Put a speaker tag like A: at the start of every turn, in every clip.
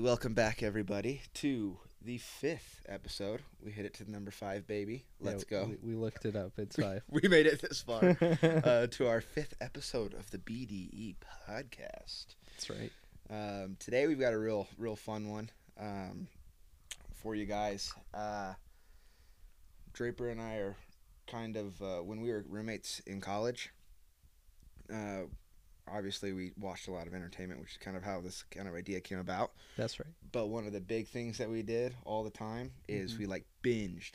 A: welcome back everybody to the fifth episode. We hit it to the number five, baby. Let's
B: Yeah,
A: go.
B: We, we looked it up. It's five.
A: We made it this far uh, to our fifth episode of the BDE podcast.
B: That's right.
A: Um, today we've got a real, real fun one um, for you guys. Uh, Draper and I are kind of uh, when we were roommates in college. Uh, obviously, we watched a lot of entertainment, which is kind of how this kind of idea came about.
B: That's right.
A: But one of the big things that we did all the time is
B: Mhm.
A: we like binged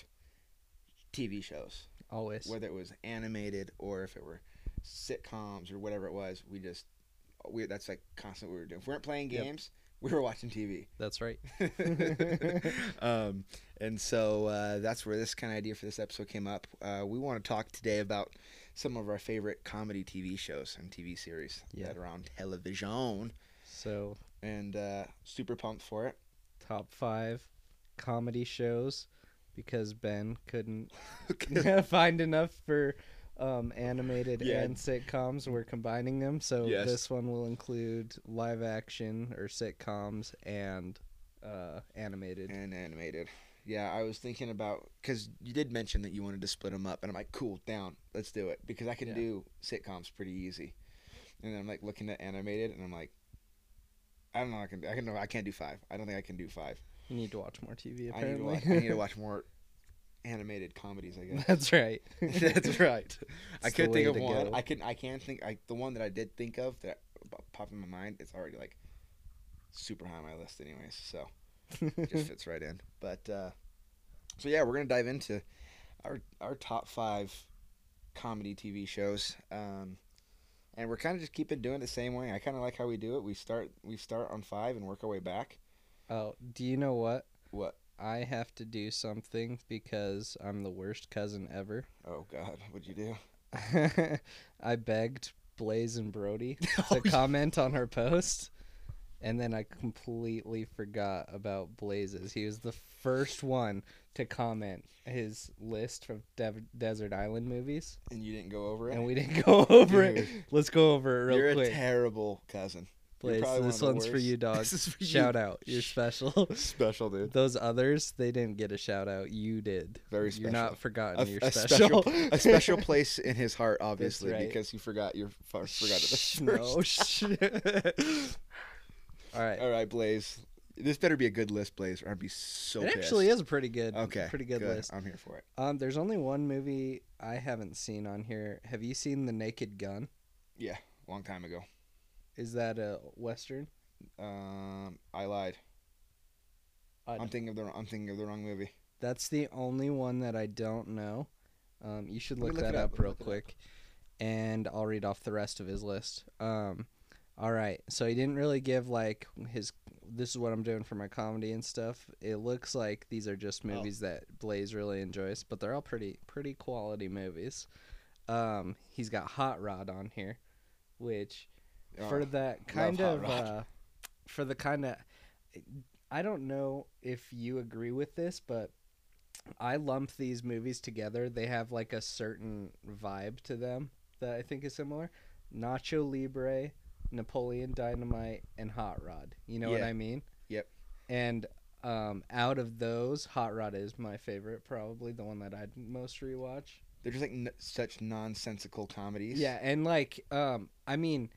A: TV shows,
B: Always.
A: whether it was animated or if it were sitcoms or whatever it was. We just we that's like constant what we were doing. If we weren't playing
B: Yep.
A: games, we were watching TV.
B: That's right.
A: um, and so uh, that's where this kind of idea for this episode came up. Uh, we want to talk today about some of our favorite comedy TV shows and TV series
B: Yeah.
A: that are on television,
B: So,
A: and uh, super pumped for it.
B: top five comedy shows because Ben couldn't find enough for um, animated
A: Yeah.
B: and sitcoms. We're combining them. So,
A: Yes.
B: this one will include live action or sitcoms and uh, animated.
A: and animated. Yeah, I was thinking about because you did mention that you wanted to split them up, and I'm like, cool, down, let's do it because I can
B: Yeah.
A: do sitcoms pretty easy. And then I'm like looking at animated, and I'm like, I don't know, I can, I can, no, I can't do five. I don't think I can do five.
B: You need to watch more
A: I
B: TV,
A: need, to
B: apparently.
A: watch, I need to watch more animated comedies, I guess.
B: That's right.
A: That's right. I
B: It's the
A: could think
B: way
A: of
B: to
A: one.
B: go.
A: I can, I can think. I the one that I did think of that popped in my mind. It's already like super high on my list, anyways. So just fits right in. But uh, so yeah, we're gonna dive into our our top five comedy TV shows, um, and we're kind of just keeping doing it the same way. I kind of like how we do it. We start we start on five and work our way back.
B: oh, do you know what?
A: What?
B: I have to do something because I'm the worst cousin ever.
A: Oh God, what'd you do?
B: I begged Blaze and Brody
A: Oh,
B: to comment on our post, and then I completely forgot about Blaze's. He was the first one to comment his list from Dev- Desert Island movies,
A: And you didn't go over it.
B: and we didn't go over it. Let's go over it real
A: You're a
B: quick.
A: terrible cousin. you're
B: Blaze,
A: probably one
B: this
A: of the
B: one's for
A: worst.
B: you, dog.
A: This is for you.
B: Shout out, you're special.
A: Special dude.
B: Those others, they didn't get a shout out. You did.
A: Very special.
B: You're not forgotten.
A: A-
B: You're
A: a
B: special.
A: a special place in his heart, obviously,
B: right.
A: because you forgot your forgot it the
B: Shh,
A: first
B: No. shh. All right.
A: All right, Blaze. This better be a good list, Blaze, or I'd be so.
B: it
A: pissed.
B: actually is a pretty good.
A: okay.
B: Pretty good, list.
A: I'm here for it.
B: Um, there's only one movie I haven't seen on here. Have you seen The Naked Gun?
A: Long time ago.
B: Is that a western?
A: Um, I lied.
B: I
A: I'm thinking of the wrong- I'm thinking of the wrong movie.
B: That's the only one that I don't know. Um, you should
A: Let me
B: look,
A: look it
B: that
A: up.
B: up
A: Let me
B: real
A: look it up.
B: quick, and I'll read off the rest of his list. Um, all right, so he didn't really give like his. This is what I'm doing for my comedy and stuff. It looks like these are
A: Oh.
B: just movies that Blaze really enjoys, but they're all pretty pretty quality movies. Um, he's got Hot Rod on here, which
A: Oh,
B: for that kind
A: Hot
B: of
A: Rod.
B: uh, for the kind of I don't know if you agree with this, but I lump these movies together. They have like a certain vibe to them that I think is similar. Nacho Libre, Napoleon Dynamite, and Hot Rod. You know what
A: Yeah.
B: I mean?
A: Yep.
B: And um, out of those, Hot Rod is my favorite, probably the one that I'd most rewatch.
A: they're just like n- such nonsensical comedies.
B: Yeah, and like, um, I mean,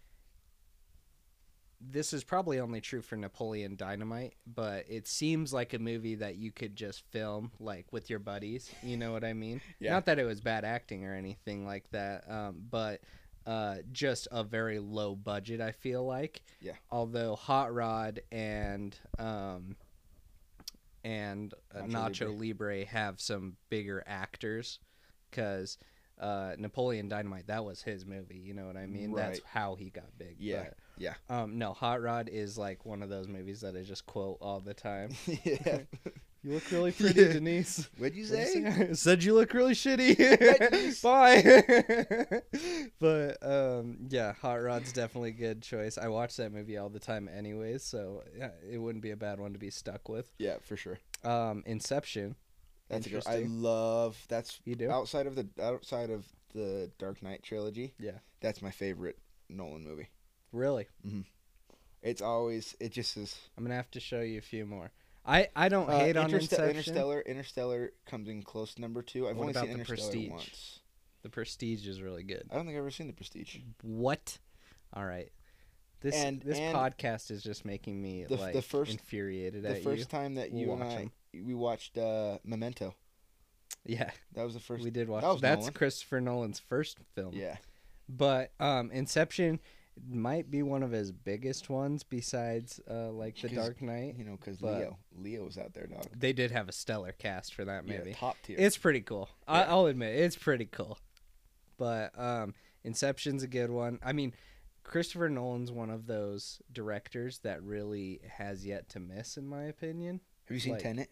B: this is probably only true for Napoleon Dynamite, but it seems like a movie that you could just film like with your buddies. You know what I mean?
A: Yeah.
B: Not that it was bad acting or anything like that, um, but uh, just a very low budget. I feel like.
A: Yeah.
B: Although Hot Rod and um, and uh,
A: Nacho
B: Nacho Libre. have some bigger actors because uh, Napoleon Dynamite that was his movie. You know what I mean? That's
A: Right.
B: how he got big.
A: Yeah,
B: but,
A: yeah.
B: Um, no, Hot Rod is like one of those movies that I just quote all the time.
A: yeah.
B: You look really
A: pretty, Yeah.
B: Denise.
A: What'd you
B: What'd
A: say?
B: you say? Said you look really
A: Denise.
B: shitty. Bye. but um, yeah, Hot Rod's definitely a good choice. I watch that movie all the time, anyways, so yeah, it wouldn't be a bad one to be stuck with.
A: Yeah, for sure.
B: Um, Inception.
A: That's a good. I
B: Interesting.
A: love that's
B: You do?
A: outside of the outside of the Dark Knight trilogy.
B: Yeah.
A: That's my favorite Nolan movie.
B: Really?
A: It's always it just is.
B: I'm gonna have to show you a few more. I I don't
A: Uh,
B: Oh, hate on
A: Interste-
B: Inception.
A: Interstellar. Interstellar comes in close number two. I've
B: What
A: only
B: about
A: seen
B: The
A: Interstellar
B: Prestige?
A: once.
B: The Prestige is really good.
A: I don't think I've ever seen The Prestige.
B: What? All right. This
A: And-
B: this
A: and-
B: podcast is just making me
A: The- the
B: like
A: first-
B: infuriated
A: The
B: at
A: first time that
B: We'll
A: you and
B: watch
A: I we watched uh, Memento.
B: you. Yeah,
A: That was the first.
B: we did watch.
A: was
B: That's
A: Nolan.
B: Christopher Nolan's first film.
A: yeah.
B: But um, Inception might be one of his biggest ones besides uh, like The
A: 'Cause-
B: Dark Knight.
A: You know, because
B: But-
A: Leo, Leo was out there, dog.
B: They did have a stellar cast for that
A: Yeah,
B: movie.
A: top tier.
B: It's pretty cool. I,
A: Yeah.
B: I'll admit it's pretty cool. But um, Inception's a good one. I mean, Christopher Nolan's one of those directors that really has yet to miss, in my opinion.
A: Have you seen
B: like-
A: Tenet?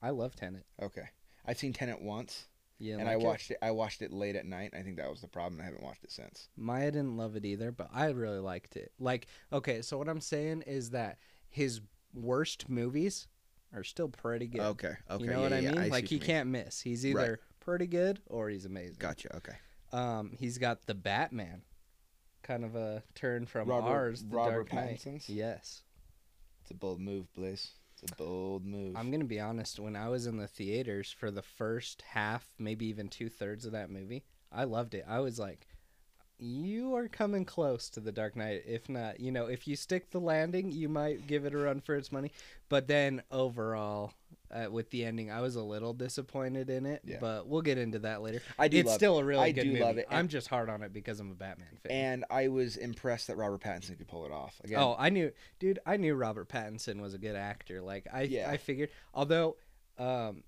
B: I love Tenet.
A: Okay, I've seen Tenet once,
B: Yeah,
A: and I watched it. I watched it late at night. I think that was the problem. I haven't watched it since.
B: Maya didn't love it either, but I really liked it. Like, okay, so what I'm saying is that his worst movies are still pretty good.
A: Okay, Oh, okay,
B: you know
A: yeah,
B: what I
A: yeah,
B: mean?
A: see
B: like
A: what
B: he
A: you mean.
B: can't miss. He's
A: Right.
B: either pretty good or he's amazing.
A: Gotcha. Okay.
B: Um, he's got the Batman, kind of a turn from
A: Robert,
B: ours. The
A: Robert
B: Dark Knight.
A: Pattinson's.
B: Yes,
A: It's a bold move, Blaze. It's a bold move.
B: I'm gonna be honest. When I was in the theaters for the first half, maybe even two thirds of that movie, I loved it. I was like, "You are coming close to the Dark Knight. If not, you know, if you stick the landing, you might give it a run for its money." But then overall, uh, with the ending, I was a little disappointed in it.
A: Yeah.
B: But we'll get into that later.
A: I do
B: it's
A: love it.
B: still a really
A: I
B: good
A: do
B: movie.
A: love it,
B: I'm
A: and-
B: just hard on it because I'm a Batman fan.
A: And I was impressed that Robert Pattinson could pull it off. Again,
B: Oh, I knew, dude. I knew Robert Pattinson was a good actor. Like I,
A: Yeah.
B: I figured. Although, um,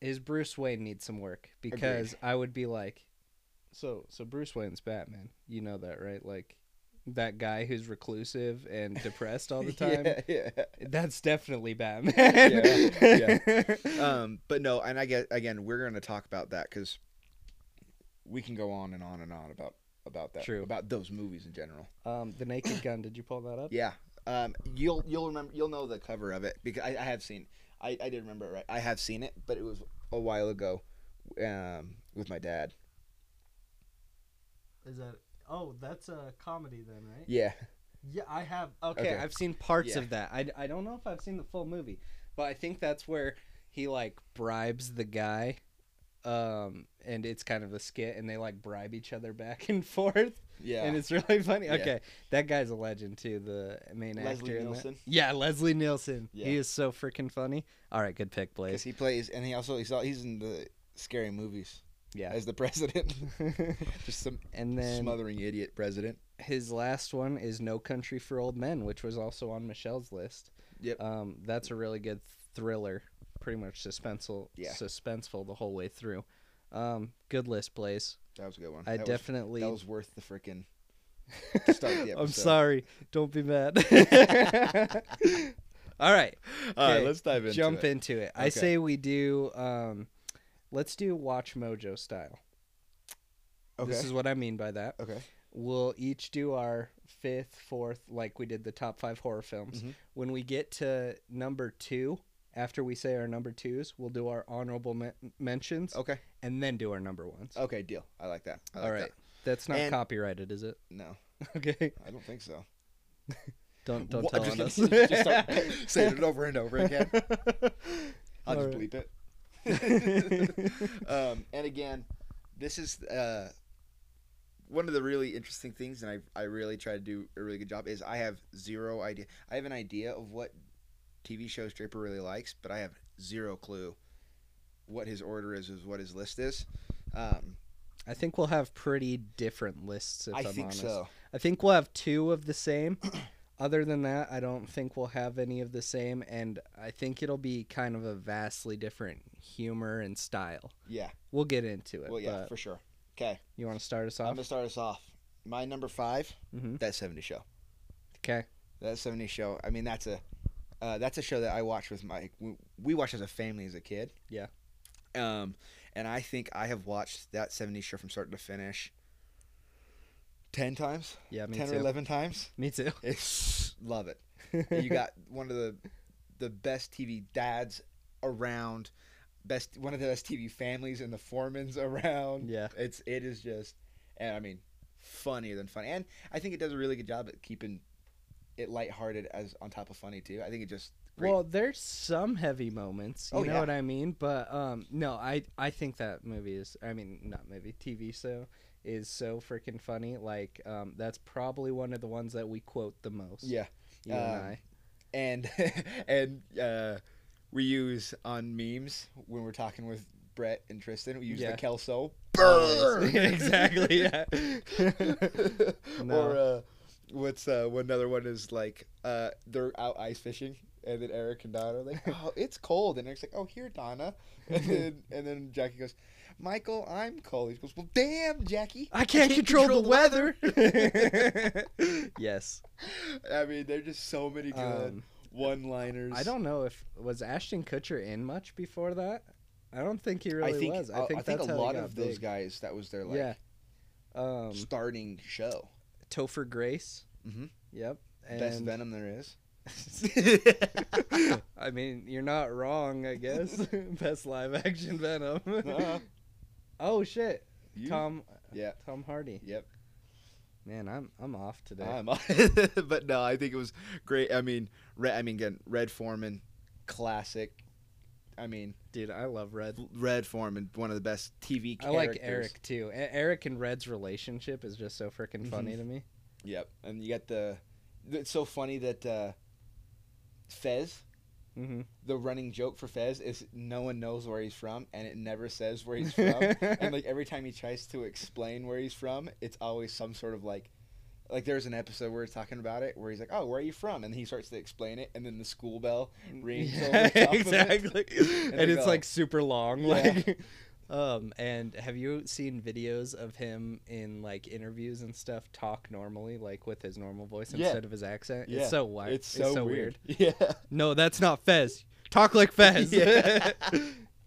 B: his Bruce Wayne needs some work because I would be like, so so Bruce Wayne's Batman. You know that, right? Like that guy who's reclusive and depressed all the time.
A: Yeah, yeah.
B: That's definitely Batman.
A: Yeah, um, but no, and I guess again, we're going to talk about that because we can go on and on and on about about that,
B: True.
A: about those movies in general.
B: um, the Naked Gun. Did you pull that up?
A: Yeah, um, you'll you'll remember you'll know the cover of it because I, I have seen I, I did remember it right. I have seen it, but it was a while ago um, with my dad.
B: Is that? Oh, that's a comedy then, right?
A: Yeah,
B: Yeah, I have. Okay,
A: Okay.
B: I've seen parts
A: Yeah.
B: of that. I, I don't know if I've seen the full movie, but I think that's where he like bribes the guy, um, and it's kind of a skit, and they like bribe each other back and forth,
A: yeah.
B: and it's really funny.
A: Yeah.
B: Okay, that guy's a legend too. The main
A: Leslie
B: actor. in that.
A: Nielsen.
B: Yeah, Leslie Nielsen. He
A: Yeah.
B: is so freaking funny. All right, good pick,
A: because
B: Blaze.
A: he plays, and he also he's all, he's in the scary movies
B: Yeah,
A: as the president, just some
B: and then
A: smothering idiot president.
B: his last one is No Country for Old Men, which was also on Michelle's list.
A: Yep.
B: Um, that's a really good thriller, pretty much suspenseful,
A: Yeah.
B: suspenseful the whole way through. Um, good list, Blaze.
A: That was a good one.
B: I
A: That was-
B: definitely.
A: that was worth the freaking to start the
B: I'm
A: episode.
B: sorry. Don't be mad. All right,
A: All right,
B: Okay,
A: let's dive into
B: jump
A: it.
B: into it. I
A: Okay.
B: say we do. Um, let's do Watch Mojo style.
A: Okay.
B: This is what I mean by that.
A: okay.
B: we'll each do our fifth, fourth, like we did the top five horror films.
A: Mhm.
B: When we get to number two, after we say our number twos, we'll do our honorable men- mentions
A: Okay.
B: and then do our number ones.
A: Okay. Deal. I like that. I like
B: All right. That's not
A: And-
B: copyrighted, is it?
A: That. No,
B: Okay.
A: I don't think so.
B: Don't don't
A: Wha-
B: tell
A: I'm
B: on us.
A: just gonna- just start saying it over and over again. I'll
B: All
A: just
B: right.
A: bleep it. um, and again, this is uh, one of the really interesting things, and I I really try to do a really good job. Is I have zero idea. I have an idea of what TV shows Draper really likes, but I have zero clue what his order is, is what his list is. Um,
B: I think we'll have pretty different lists. If
A: I
B: am
A: think
B: honest.
A: so.
B: I think we'll have two of the same. Other than that, I don't think we'll have any of the same, and I think it'll be kind of a vastly different humor and style.
A: Yeah.
B: We'll get into it.
A: Well, yeah,
B: but
A: for sure. Okay,
B: you want to start us
A: I'm
B: off?
A: gonna start us off. My number five,
B: Mhm.
A: that '70s show.
B: Okay.
A: That '70s show. I mean, that's a uh, that's a show that I watched with my we, we watched as a family as a kid.
B: Yeah.
A: Um, and I think I have watched that '70s show from start to finish. Ten times,
B: Yeah, me
A: ten
B: too.
A: or eleven times.
B: Me too.
A: It's love it. you got one of the the best TV dads around, best one of the best TV families and the foremans around.
B: Yeah.
A: It's it is just, and I mean, funnier than funny. And I think it does a really good job at keeping it lighthearted as on top of funny too. I think it just great.
B: Well, there's some heavy moments, you
A: Oh,
B: know
A: yeah.
B: what I mean? But um no, I I think that movie is I mean, not movie, TV show is so freaking funny. Like um that's probably one of the ones that we quote the most.
A: yeah,
B: You and
A: um,
B: I.
A: and and uh, we use on memes when we're talking with Brett and Tristan. We use
B: Yeah.
A: the Kelso
B: Always.
A: burn!
B: exactly, yeah.
A: Or
B: No.
A: uh, what's uh, one other one is like uh, they're out ice fishing, and then Eric and Donna are like, "Oh, it's cold," and Eric's like, "Oh, here, Donna," and then and then Jackie goes, "Michael, I'm cold." He goes, "Well, damn, Jackie,
B: I can't control, the weather. yes.
A: I mean, there's just so many good
B: Um,
A: one-liners.
B: I don't know if was Ashton Kutcher in much before that. I don't think he really
A: I think
B: was.
A: uh,
B: I think, that's
A: a
B: how he
A: lot
B: got
A: of those
B: big.
A: guys that was their like
B: yeah. Um,
A: starting show.
B: Topher Grace.
A: Mhm.
B: Yep. And
A: Best Venom there is.
B: I mean, you're not wrong, I guess. Best live action Venom.
A: Uh-uh.
B: Oh shit,
A: You-
B: Tom.
A: Yeah.
B: Tom Hardy.
A: Yep.
B: Man, I'm I'm off today.
A: I'm but no, I think it was great. I mean, Red, I mean, again, Red Foreman, classic. I mean,
B: Dude, I love Red.
A: Red Foreman, one of the best TV
B: I
A: characters.
B: like Eric too. E- Eric and Red's relationship is just so freaking
A: Mhm.
B: funny to me.
A: Yep. And you got the. It's so funny that uh, Fez,
B: hmm
A: the running joke for Fez is no one knows where he's from, and it never says where he's from. and like every time he tries to explain where he's from, it's always some sort of like, like there's an episode where it's talking about it where he's like, "Oh, where are you from?" and he starts to explain it, and then the school bell rings
B: Yeah,
A: over top of it.
B: exactly.
A: And
B: and,
A: they
B: it's
A: go-
B: like super long.
A: Yeah.
B: Like, um, and have you seen videos of him in like interviews and stuff talk normally, like with his normal voice
A: Yeah.
B: instead of his accent?
A: Yeah.
B: It's so wild.
A: It's so, weird. Yeah.
B: No, that's not Fez. Talk like Fez.
A: Yeah.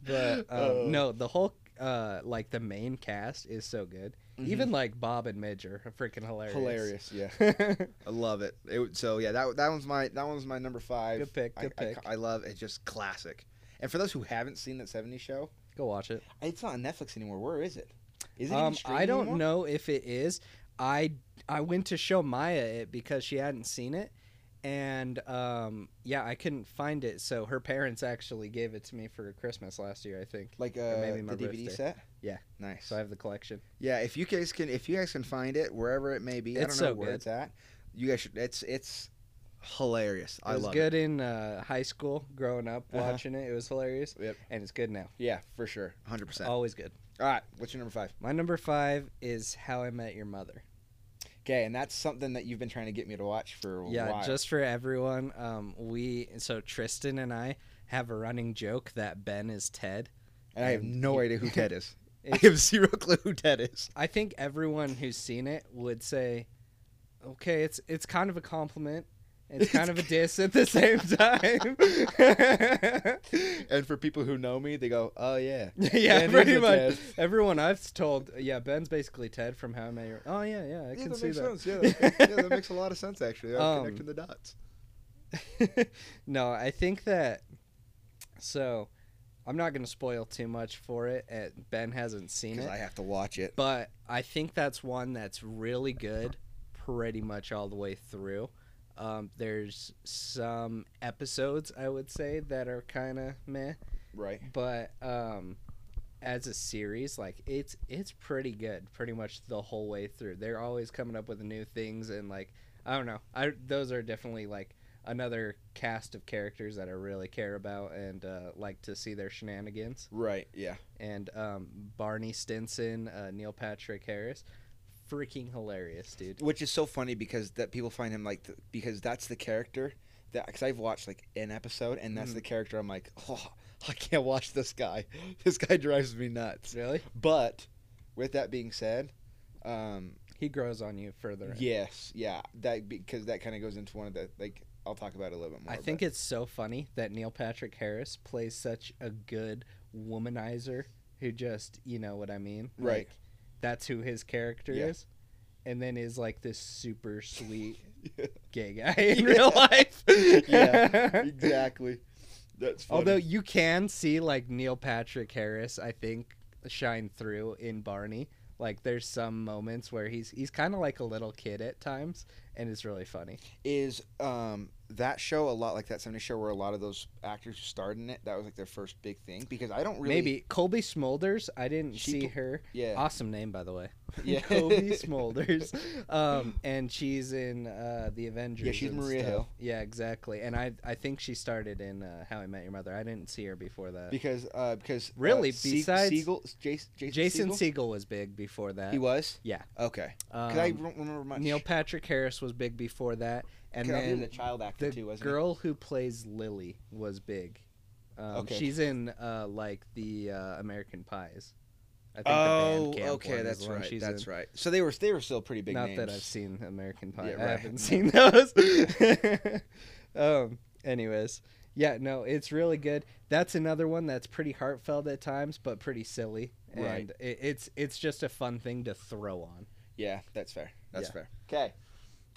B: but um,
A: Oh.
B: no, the whole uh, like the main cast is so good. Even like Bob and Midge are freaking hilarious.
A: Mm-hmm. hilarious. Yeah.
B: Hilarious.
A: I love it. it. would- So yeah, that that one's my that one's my number five.
B: Good pick,
A: I-
B: good
A: I,
B: pick.
A: I love it. Just classic. And for those who haven't seen that '70s show,
B: Go watch it.
A: it's not on Netflix anymore. Where is it? Is it? even
B: Um, I
A: streaming
B: don't
A: anymore?
B: know if it is. I I went to show Maya it because she hadn't seen it, and um, yeah, I couldn't find it. So her parents actually gave it to me for Christmas last year, I think.
A: Like uh,
B: maybe my
A: the DVD
B: birthday.
A: set.
B: Yeah.
A: Nice.
B: So I have the collection.
A: Yeah, if you guys can, if you guys can find it wherever it may be, I don't know
B: It's so
A: where
B: good.
A: it's at. You guys should. It's it's hilarious.
B: It
A: I
B: was
A: love it.
B: good in uh, high school, growing up
A: Uh-huh.
B: watching it. It was hilarious,
A: Yep.
B: and it's good now.
A: Yeah, for sure, hundred percent. All
B: Always good.
A: right, what's your number five?
B: My number five is How I Met Your Mother.
A: Okay, and that's something that you've been trying to get me to watch for a
B: Yeah,
A: while.
B: just for everyone, um, we so Tristan and I have a running joke that Ben is Ted.
A: and I have
B: and
A: no
B: you-
A: idea who Ted is. I
B: It's-
A: have zero clue who Ted is.
B: I think everyone who's seen it would say, "Okay, it's it's kind of a compliment, and it's kind of a diss at the same time."
A: And for people who know me, they go, "Oh yeah,
B: yeah,
A: Ben is
B: pretty
A: a
B: much.
A: Ted.
B: Everyone I've told, yeah, Ben's basically Ted from How I Met Your. Oh yeah, yeah, I
A: Yeah,
B: can
A: that
B: see
A: makes
B: that.
A: sense. Yeah, that, yeah, that makes a lot of sense actually. I'm
B: Um,
A: connecting the dots.
B: no, I think that. So, I'm not gonna spoil too much for it. eh, ben hasn't seen
A: Because
B: it.
A: I have to watch it.
B: but I think that's one that's really good pretty much all the way through. Um, there's some episodes I would say that are kind of meh,
A: Right.
B: but um, as a series, like it's it's pretty good pretty much the whole way through. They're always coming up with new things and like I don't know, I those are definitely like another cast of characters that I really care about and uh, like to see their shenanigans
A: Right. Yeah.
B: and um, Barney Stinson, uh, Neil Patrick Harris. Freaking hilarious, dude.
A: which is so funny because that people find him like th- because that's the character that because I've watched like an episode and that's
B: Mhm.
A: the character I'm like oh I can't watch this guy this guy drives me nuts
B: Really?
A: but with that being said um
B: He grows on you further. in.
A: yes yeah that because that kind of goes into one of the like I'll talk about it a little bit more
B: I
A: but-
B: think it's so funny that Neil Patrick Harris plays such a good womanizer who just, you know what I mean?
A: Right.
B: Like, that's who his character
A: Yeah.
B: is. And then is like this super sweet
A: Yeah,
B: gay guy in
A: Yeah.
B: real life.
A: Yeah, exactly that's funny.
B: Although you can see like Neil Patrick Harris, I think shine through in Barney. Like there's some moments where he's he's kind of like a little kid at times, and it's really funny.
A: is um, that show a lot like that 70 show where a lot of those actors who starred in it that was like their first big thing because I don't really
B: Maybe Colby Smolders. I didn't
A: She
B: see
A: pl-
B: her.
A: yeah
B: Awesome name, by the way.
A: Yeah.
B: Colby Smolders. Um, and she's in uh, the Avengers.
A: she's
B: and
A: Maria
B: stuff.
A: Hill.
B: Yeah, exactly. And I, I think she started in uh, How I Met Your Mother. I didn't see her before that.
A: because uh, because uh,
B: Really,
A: Se-
B: besides-
A: Siegel, Jason Jason,
B: Jason
A: Segel?
B: Siegel was big before that.
A: he was
B: Yeah.
A: okay
B: Um,
A: because I don't remember much
B: Neil Patrick Harris was big before that, and
A: 'Cause I believe
B: then
A: the child actor
B: the
A: too wasn't he?
B: girl who plays Lily was big. Um,
A: Okay.
B: She's in uh, like the uh, American Pies. I the
A: Oh,
B: band camp one
A: okay,
B: is
A: that's
B: the one
A: right.
B: she's
A: That's
B: in.
A: right. So they were they were still pretty big
B: Not
A: names.
B: that I've seen American Pie.
A: Yeah,
B: I
A: right.
B: haven't seen those. um, anyways, yeah, no, it's really good. That's another one that's pretty heartfelt at times, but pretty silly, and
A: Right.
B: it, it's it's just a fun thing to throw on.
A: Yeah, that's fair. That's
B: Yeah.
A: fair. Okay,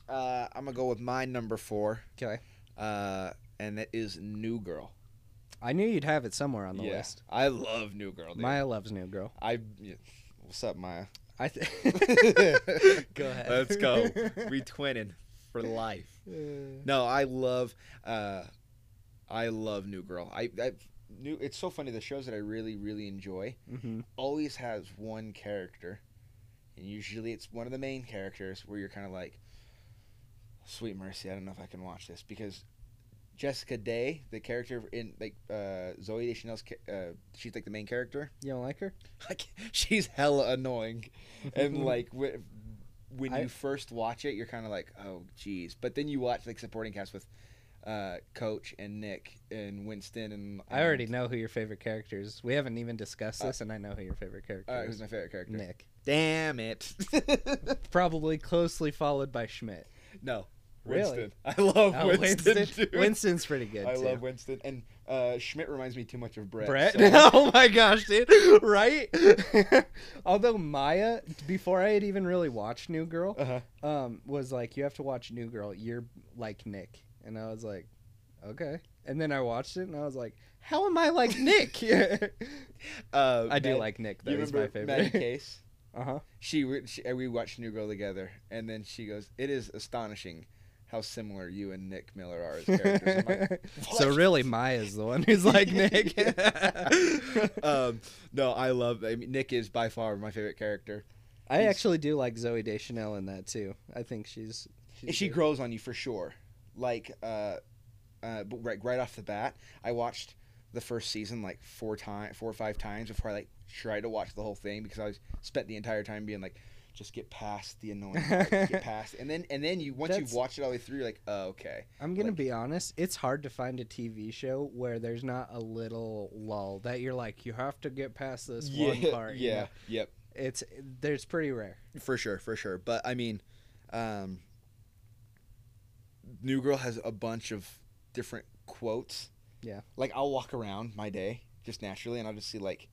A: uh, I'm gonna go with my number four,
B: Okay,
A: uh, and that is New Girl.
B: I knew you'd have it somewhere on the
A: Yeah,
B: list.
A: I love New Girl. Dude.
B: Maya loves New Girl.
A: I. yeah. What's up, Maya?
B: I th- go ahead.
A: Let's go. We twinning for life. No, I love, uh, I love New Girl. I, I new. It's so funny. The shows that I really, really enjoy
B: hmm
A: always has one character, and usually it's one of the main characters where you're kind of like, "Sweet mercy, I don't know if I can watch this," because Jessica Day, the character in like uh, Zoe Deschanel's, ca- uh, she's like the main character.
B: You don't like her? Mm-hmm.
A: Like she's hella annoying, and like wh- when
B: I-
A: you first watch it, you're kind of like, "Oh, geez," but then you watch like supporting cast with. Uh, Coach and Nick and Winston and
B: I already
A: and-
B: know who your favorite character is. We haven't even discussed this, and I know who your favorite character
A: All right, uh, who's
B: is.
A: my favorite character?
B: Nick.
A: Damn it!
B: Probably closely followed by Schmidt.
A: No.
B: Really?
A: Winston. I love
B: Oh,
A: Winston.
B: Winston-
A: dude.
B: Winston's pretty good.
A: I
B: too.
A: love Winston. And uh, Schmidt reminds me too much of Brett.
B: Brett.
A: so-
B: oh my gosh, dude! Right? Although Maya, before I had even really watched New Girl,
A: Uh-huh.
B: um, was like, "You have to watch New Girl. You're like Nick," and I was like, "Okay." And then I watched it, and I was like, "How am I like Nick?"
A: Uh,
B: I do
A: Mad-
B: like Nick though.
A: You
B: He's my
A: remember Maddie
B: favorite.
A: Case?
B: Uh huh.
A: She, re- she and we watched New Girl together, and then she goes, "It is astonishing how similar you and Nick Miller are as characters." I'm like,
B: so
A: "What?"
B: really, Maya's the one who's like Nick. Uh,
A: um, no, I love. I mean, Nick is by far my favorite character.
B: I
A: he's-
B: actually do like Zoe Deschanel in that too. I think she's. she's
A: she
B: good.
A: grows on you for sure. Like, uh, uh, but right, right off the bat, I watched the first season like four time, four or five times before I like tried to watch the whole thing because I was spent the entire time being like, just get past the annoying, part, get past, and then and then you once
B: That's-
A: you've watched it all the way through, you're like, oh, okay,
B: I'm gonna
A: like-
B: be honest. It's hard to find a TV show where there's not a little lull that you're like, you have to get past this one part. you
A: yeah,
B: know?
A: yep,
B: it's there's pretty rare.
A: for sure, for sure. But I mean, um, New Girl has a bunch of different quotes.
B: Yeah.
A: Like I'll walk around my day just naturally, and I'll just see like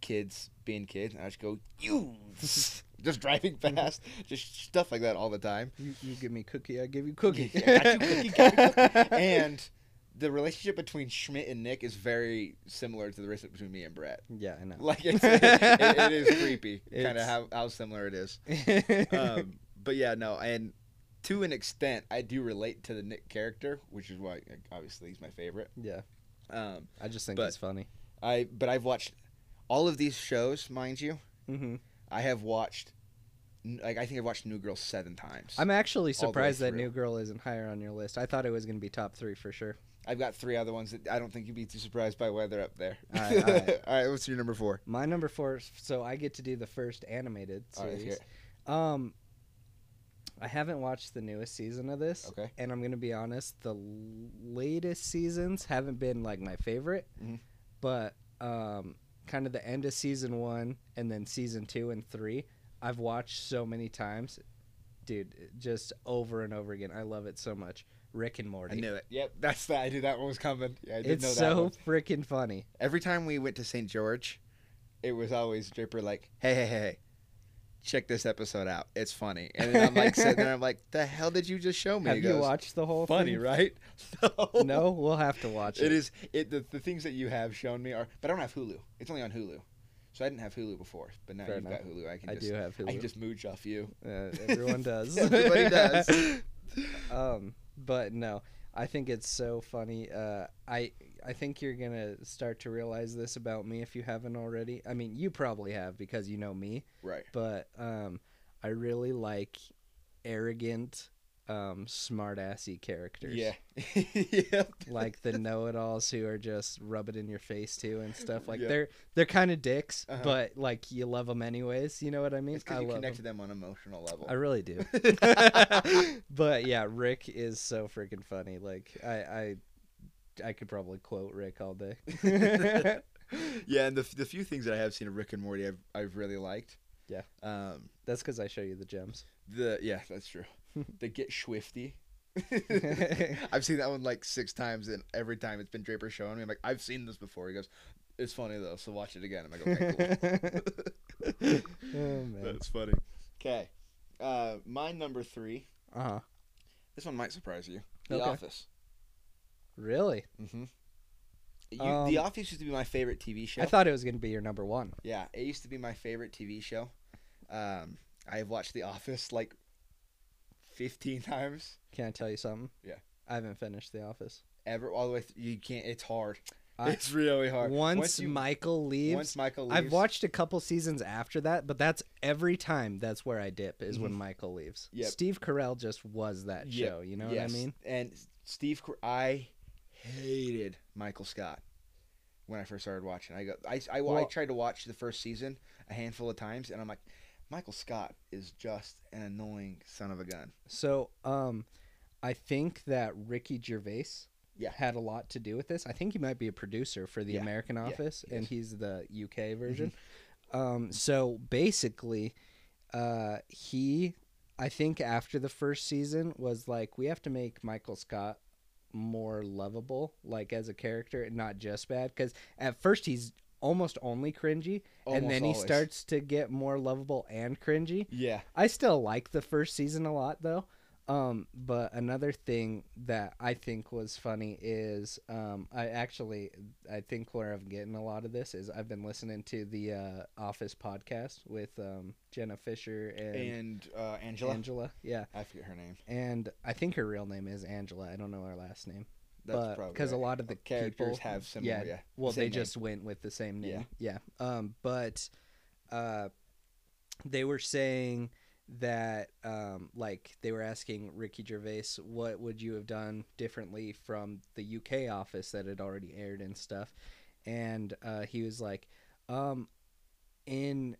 A: kids being kids, and I just go you, just driving
B: Mm-hmm.
A: fast, just stuff like that all the time.
B: You, you give me cookie, I give you cookie.
A: Yeah, I do cookie, cookie, cookie. and the relationship between Schmidt and Nick is very similar to the relationship between me and Brett.
B: yeah, I know.
A: Like it's, it, it is creepy, kind of
B: It's-
A: how how similar it is um, but yeah, no, and to an extent, I do relate to the Nick character, which is why like, obviously he's my favorite.
B: yeah,
A: Um,
B: I just think
A: But-
B: it's funny.
A: I but I've watched all of these shows, mind you.
B: hmm
A: I have watched like I think I've watched New Girl seven times. i
B: I'm actually
A: the way
B: surprised that
A: through.
B: New Girl isn't higher on your list. I thought it was gonna be top three for sure.
A: have got three other ones that I don't think you'd be too surprised by why they're up there.
B: All right, all right.
A: all right what's your number four?
B: My number four, is- so I get to do the first animated
A: All right, let's hear
B: series. um, I haven't watched the newest season of this,
A: Okay.
B: and I'm gonna be honest, the l- latest seasons haven't been like my favorite,
A: Mhm.
B: but um, kind of the end of season one and then season two and three, I've watched so many times, dude, just over and over again. I love it so much. Rick and Morty.
A: I knew it. Yep, that's that. I knew that one was coming. Yeah, I did
B: It's
A: know that
B: so
A: one.
B: freaking funny.
A: Every time we went to St. George, it was always Draper like, "Hey, hey, hey, hey, check this episode out. It's funny." And then I'm like sitting there, I'm like, "The hell did you just show me?"
B: Have
A: He
B: you
A: goes,
B: watched the whole
A: Oh Funny,
B: thing?
A: right? No.
B: No, we'll have to watch it.
A: It is it the, the things that you have shown me are, but I don't have Hulu. It's only on Hulu, So I didn't have Hulu before, but now
B: Fair
A: you've
B: enough.
A: got Hulu. I can
B: I
A: just
B: do have
A: I can
B: Hulu.
A: just mooch off you.
B: Uh, everyone does.
A: Everybody does.
B: um, but no, I think it's so funny. Uh, I I think you're gonna start to realize this about me if you haven't already. I mean, you probably have because you know me.
A: Right.
B: But um, I really like arrogant, um, smart-assy characters.
A: Yeah. yep.
B: Like the know-it-alls who are just rub it in your face too and stuff. Like
A: Yeah.
B: they're they're kind of dicks,
A: Uh-huh.
B: but like you love them anyways. You know what I mean?
A: It's because
B: I
A: you
B: love 'em.
A: connect to them on emotional level.
B: I really do. but yeah, Rick is so freaking funny. Like I, I, I could probably quote Rick all day.
A: yeah, and the, the few things that I have seen of Rick and Morty, I've I've really liked.
B: Yeah.
A: Um.
B: That's because I show you the gems.
A: The yeah, that's true. the get swifty. I've seen that one like six times, and every time it's been Draper showing me. I'm like, I've seen this before. He goes, "It's funny though, so watch it again." I'm like, "Okay, cool."
B: oh man.
A: That's funny. Okay. Uh, my number three.
B: Uh huh.
A: This one might surprise you. The
B: Okay.
A: Office.
B: Really?
A: Mm-hmm. You,
B: Um,
A: the Office used to be my favorite TV show.
B: I thought it was gonna be your number one.
A: yeah, it used to be my favorite TV show. Um, I have watched The Office like 15 times
B: Can I tell you something?
A: Yeah.
B: I haven't finished The Office.
A: ever, all the way. Through. You can't. It's hard.
B: I-
A: it's really hard.
B: Once,
A: you-
B: Michael leaves,
A: once Michael leaves,
B: I've watched a couple seasons after that, but that's every time. That's where I dip is when Michael leaves.
A: Mm-hmm. Yep.
B: Steve Carell just was that
A: Yep.
B: show. You know
A: Yes.
B: what I mean?
A: And Steve, Cor- I hated Michael Scott when I first started watching. I go, I, I, wa- I
B: Well-
A: tried to watch the first season a handful of times, and I'm like, Michael Scott is just an annoying son of a gun.
B: So, um, I think that Ricky Gervais
A: Yeah.
B: had a lot to do with this. I think he might be a producer for the
A: Yeah.
B: American Office,
A: he
B: and
A: is. Mm-hmm.
B: he's the UK version. Um, so basically, uh, he, I think after the first season was like, we have to make Michael Scott more lovable, like as a character, and not just bad. Because at first he's almost only cringy, and
A: Almost
B: then
A: always.
B: he starts to get more lovable and cringy.
A: Yeah.
B: I still like the first season a lot though. Um, but another thing that I think was funny is um, I actually I think where I'm getting a lot of this is I've been listening to the uh, Office podcast with um, Jenna Fisher and,
A: And uh, Angela.
B: Angela. yeah,
A: I forget her name.
B: and I think her real name is Angela. I don't know her last name,
A: That's
B: but
A: probably
B: because
A: right.
B: a lot of the
A: characters
B: people,
A: have similar. Yeah.
B: well,
A: same
B: they
A: name.
B: just went with the same name. Yeah. Um, but uh, they were saying that um, like they were asking Ricky Gervais, what would you have done differently from the UK office that had already aired and stuff, and uh, he was like, um, in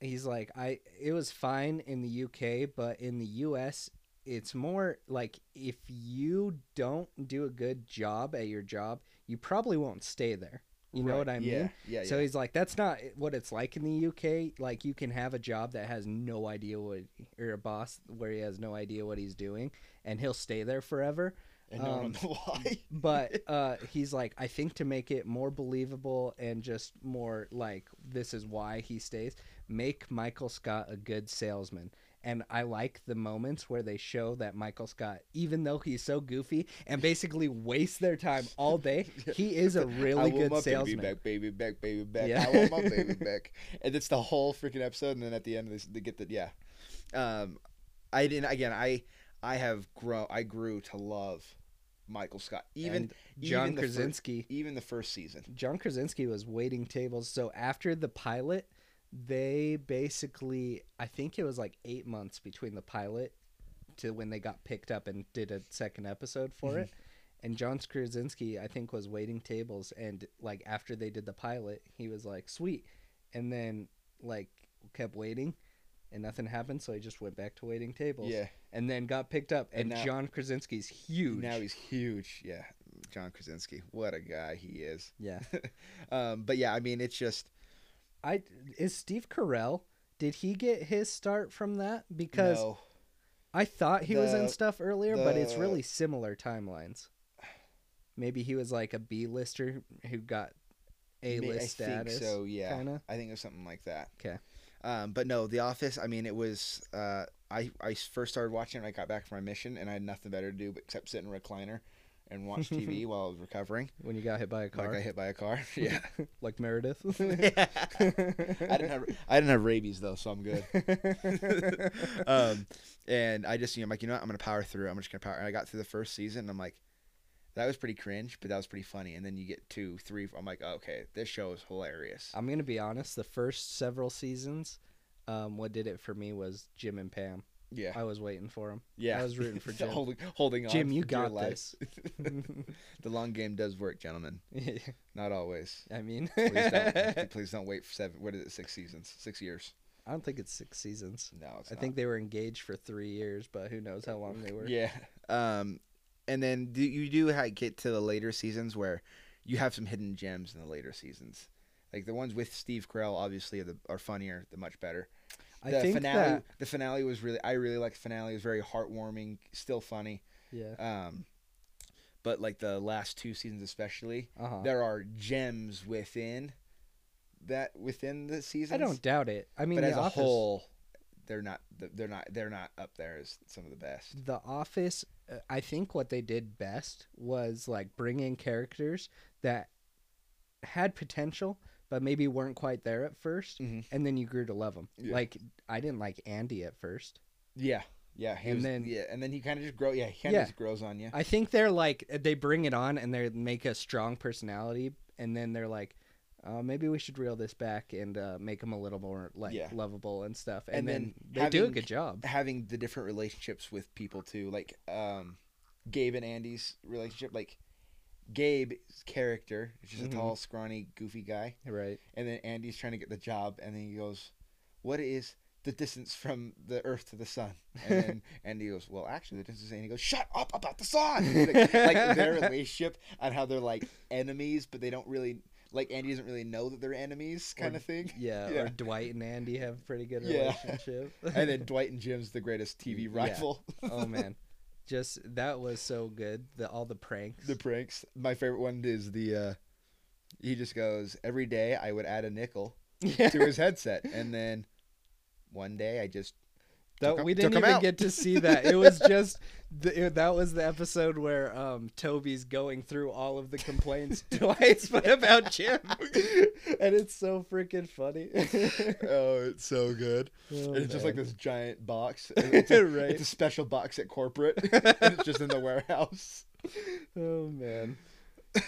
B: he's like I it was fine in the UK, but in the US it's more like if you don't do a good job at your job, you probably won't stay there. You know
A: Right.
B: what I mean?
A: Yeah. Yeah.
B: So
A: yeah.
B: he's like, that's not what it's like in the UK. Like you can have a job that has no idea what, or a boss where he has no idea what he's doing, and he'll stay there forever.
A: and no one
B: um,
A: knows why.
B: But uh, he's like, I think to make it more believable and just more like this is why he stays, make Michael Scott a good salesman. And I like the moments where they show that Michael Scott, even though he's so goofy and basically wastes their time all day, he is a really
A: I want my
B: good salesman.
A: Baby back, baby back, baby back.
B: Yeah.
A: I want my baby back. And it's the whole freaking episode. And then at the end, they, they get the yeah. Um, I didn't. Again, I I have grown. I grew to love Michael Scott. Even
B: And John
A: even the first-
B: Krasinski.
A: even the first season.
B: John Krasinski was waiting tables. So after the pilot, they basically, I think it was like eight months between the pilot to when they got picked up and did a second episode for it. And John Krasinski, I think, was waiting tables. And like after they did the pilot, he was like, sweet. And then like kept waiting and nothing happened. So he just went back to waiting tables.
A: Yeah.
B: And then got picked up.
A: And
B: And,
A: now-
B: John Krasinski's huge.
A: Now he's huge. Yeah. John Krasinski. What a guy he is.
B: yeah.
A: Um, but yeah, I mean, it's just
B: I is Steve Carell. Did he get his start from that? Because
A: no.
B: I thought he was in
A: The-
B: stuff earlier, but it's
A: the-
B: really similar timelines. Maybe he was like a B lister who got
A: Ma-
B: A
A: I
B: list
A: think
B: status.
A: So yeah,
B: kinda?
A: I think it was something like that.
B: 'Kay.
A: Um, but no, The Office. I mean, it was. Uh, I I first started watching it. when I got back from my mission, and I had nothing better to do but except sit in a recliner and watch TV while I was recovering.
B: when you got hit by a car,
A: Like I hit by a car. Yeah.
B: like Meredith.
A: I didn't have I didn't have rabies though, so I'm good. um, and I just you know I'm like you know what I'm gonna power through. I'm just gonna power. And I got through the first season. and I'm like, that was pretty cringe, but that was pretty funny. And then you get two, three. I'm like, oh, okay, this show is hilarious.
B: I'm gonna be honest. The first several seasons, um, what did it for me was Jim and Pam.
A: Yeah,
B: I was waiting for them.
A: yeah.
B: I was rooting for Jim.
A: holding, holding on.
B: Jim, you
A: for dear
B: got
A: life.
B: this.
A: the long game does work, gentlemen. Not always.
B: I mean,
A: Please
B: I
A: don't. please don't wait for seven. What is it? Six seasons. Six years.
B: don't think it's six seasons.
A: No, it's
B: I
A: not.
B: think they were engaged for three years, but who knows how long they were.
A: Yeah. Um, and then do, you do ha- get to the later seasons where you have some hidden gems in the later seasons. Like the ones with Steve Carell, obviously, are, the, are funnier, the much better.
B: I
A: the
B: think
A: finale,
B: that.
A: the finale was really, I really like the finale. It was very heartwarming, still funny.
B: Yeah.
A: Um, but like the last two seasons, especially,
B: Uh huh.
A: there are gems within that within the season.
B: I don't doubt it. I mean,
A: but
B: the
A: as a
B: Office-
A: whole, they're not, they're not, they're not up there as some of the best.
B: The Office, uh, I think what they did best was like bring in characters that had potential, but maybe weren't quite there at 1st
A: Mhm.
B: and then you grew to love them.
A: Yeah.
B: Like I didn't like Andy at first.
A: Yeah, yeah. He
B: And
A: was,
B: then-
A: yeah, and then he kind of just grow. Yeah, he kind of
B: Yeah.
A: just grows on you.
B: I think they're like they bring it on and they make a strong personality, and then they're like, uh, maybe we should reel this back and uh, make them a little more like
A: Yeah.
B: lovable and stuff. And,
A: And
B: then,
A: then
B: they do a
A: having-
B: good job.
A: Having the different relationships with people too, like um, Gabe and Andy's relationship. Like Gabe's character is just
B: Mhm.
A: a tall, scrawny, goofy guy,
B: Right.
A: and then Andy's trying to get the job, and then he goes, "What is?" The distance from the Earth to the Sun, and then Andy goes, "Well, actually, the distance." And he goes, "Shut up about the Sun!" Like, like their relationship and how they're like enemies, but they don't really like Andy doesn't really know that they're enemies, kind of thing.
B: Yeah,
A: Yeah.
B: Or Dwight and Andy have a pretty good
A: Yeah.
B: relationship.
A: and then Dwight and Jim's the greatest TV
B: Yeah.
A: rival.
B: oh man, just that was so good. The all the pranks.
A: the pranks. My favorite one is the uh he just goes, Every day I would add a nickel
B: yeah.
A: to his headset and then one day I just
B: That,
A: Took 'em-
B: we didn't
A: took 'em
B: even
A: out.
B: get to see that. It was just the, it- that was the episode where um, Toby's going through all of the complaints Dwight's put about Jim, and it's so freaking funny.
A: Oh, it's so good.
B: Oh,
A: And it's just like
B: man.
A: this giant box. And It's a,
B: Right.
A: it's a special box at corporate. and it's just in the warehouse.
B: Oh man,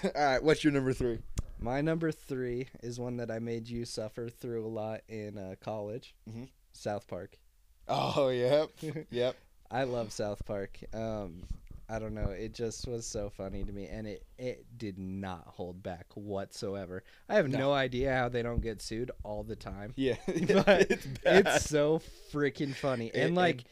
A: All right, what's your number three?
B: my number three is one that I made you suffer through a lot in uh, college.
A: Mhm.
B: South Park.
A: Oh, yep. Yep.
B: I love South Park. Um, I don't know. It just was so funny to me, and it it did not hold back whatsoever. I have no,
A: No.
B: idea how they don't get sued all the time.
A: Yeah.
B: But
A: it's bad.
B: It's so freaking funny,
A: It-
B: and like,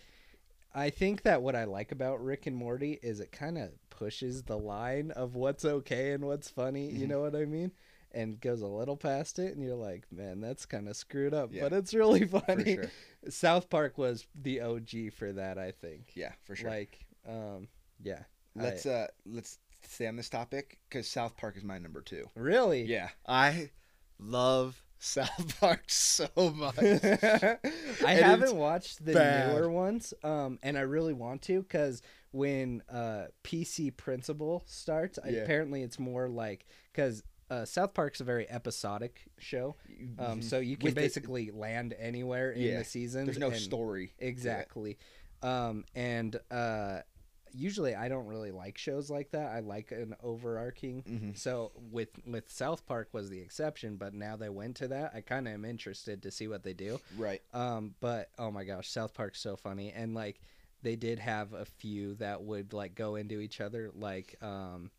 B: I think that what I like about Rick and Morty is it kind of pushes the line of what's okay and what's funny. You
A: Mhm.
B: know what I mean? And goes a little past it, and you're like, man, that's kind of screwed up,
A: Yeah.
B: but it's really
A: for
B: funny.
A: sure.
B: South Park was the OG for that, I think.
A: Yeah, for sure.
B: Like, um, yeah.
A: let's
B: I-
A: uh let's stay on this topic because South Park is my number two.
B: really.
A: Yeah, I love South Park so much.
B: I
A: And it's-
B: haven't watched the
A: bad.
B: newer ones, um, and I really want to because when uh, PC Principal starts, I-
A: Yeah.
B: apparently it's more like because uh, South Park's a very episodic show,
A: mm-hmm.
B: um, so you can
A: With the-
B: basically land anywhere in
A: Yeah.
B: the seasons.
A: there's no
B: and-
A: story. to it.
B: Exactly. Um, and uh, usually I don't really like shows like that. I like an overarching
A: Mhm.
B: So with with South Park was the exception, but now they went to that. I kind of am interested to see what they do.
A: Right.
B: Um, but oh my gosh, South Park's so funny, and like they did have a few that would like go into each other, like um,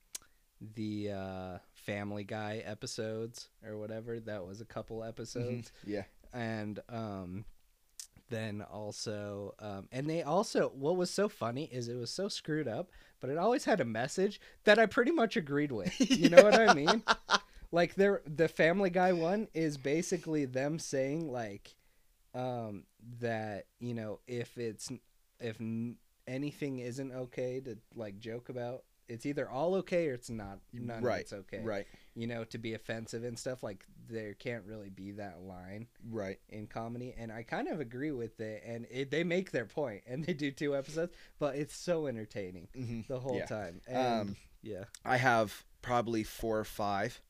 B: the uh, Family Guy episodes or whatever. That was a couple episodes,
A: Mm-hmm. Yeah.
B: and um. Then also, um, and they also, what was so funny is it was so screwed up, but it always had a message that I pretty much agreed with. You know what I mean? Like there the Family Guy one is basically them saying like um that, you know, if it's if n- anything isn't okay to like joke about, it's either all okay or it's not none right.
A: Right,
B: it's okay.
A: Right.
B: You know, to be offensive and stuff like there can't really be that line
A: Right.
B: in comedy and I kind of agree with it and it, they make their point and they do two episodes, but it's so entertaining
A: hmm
B: the whole
A: Yeah.
B: time. And
A: Um.
B: Yeah.
A: I have probably four or five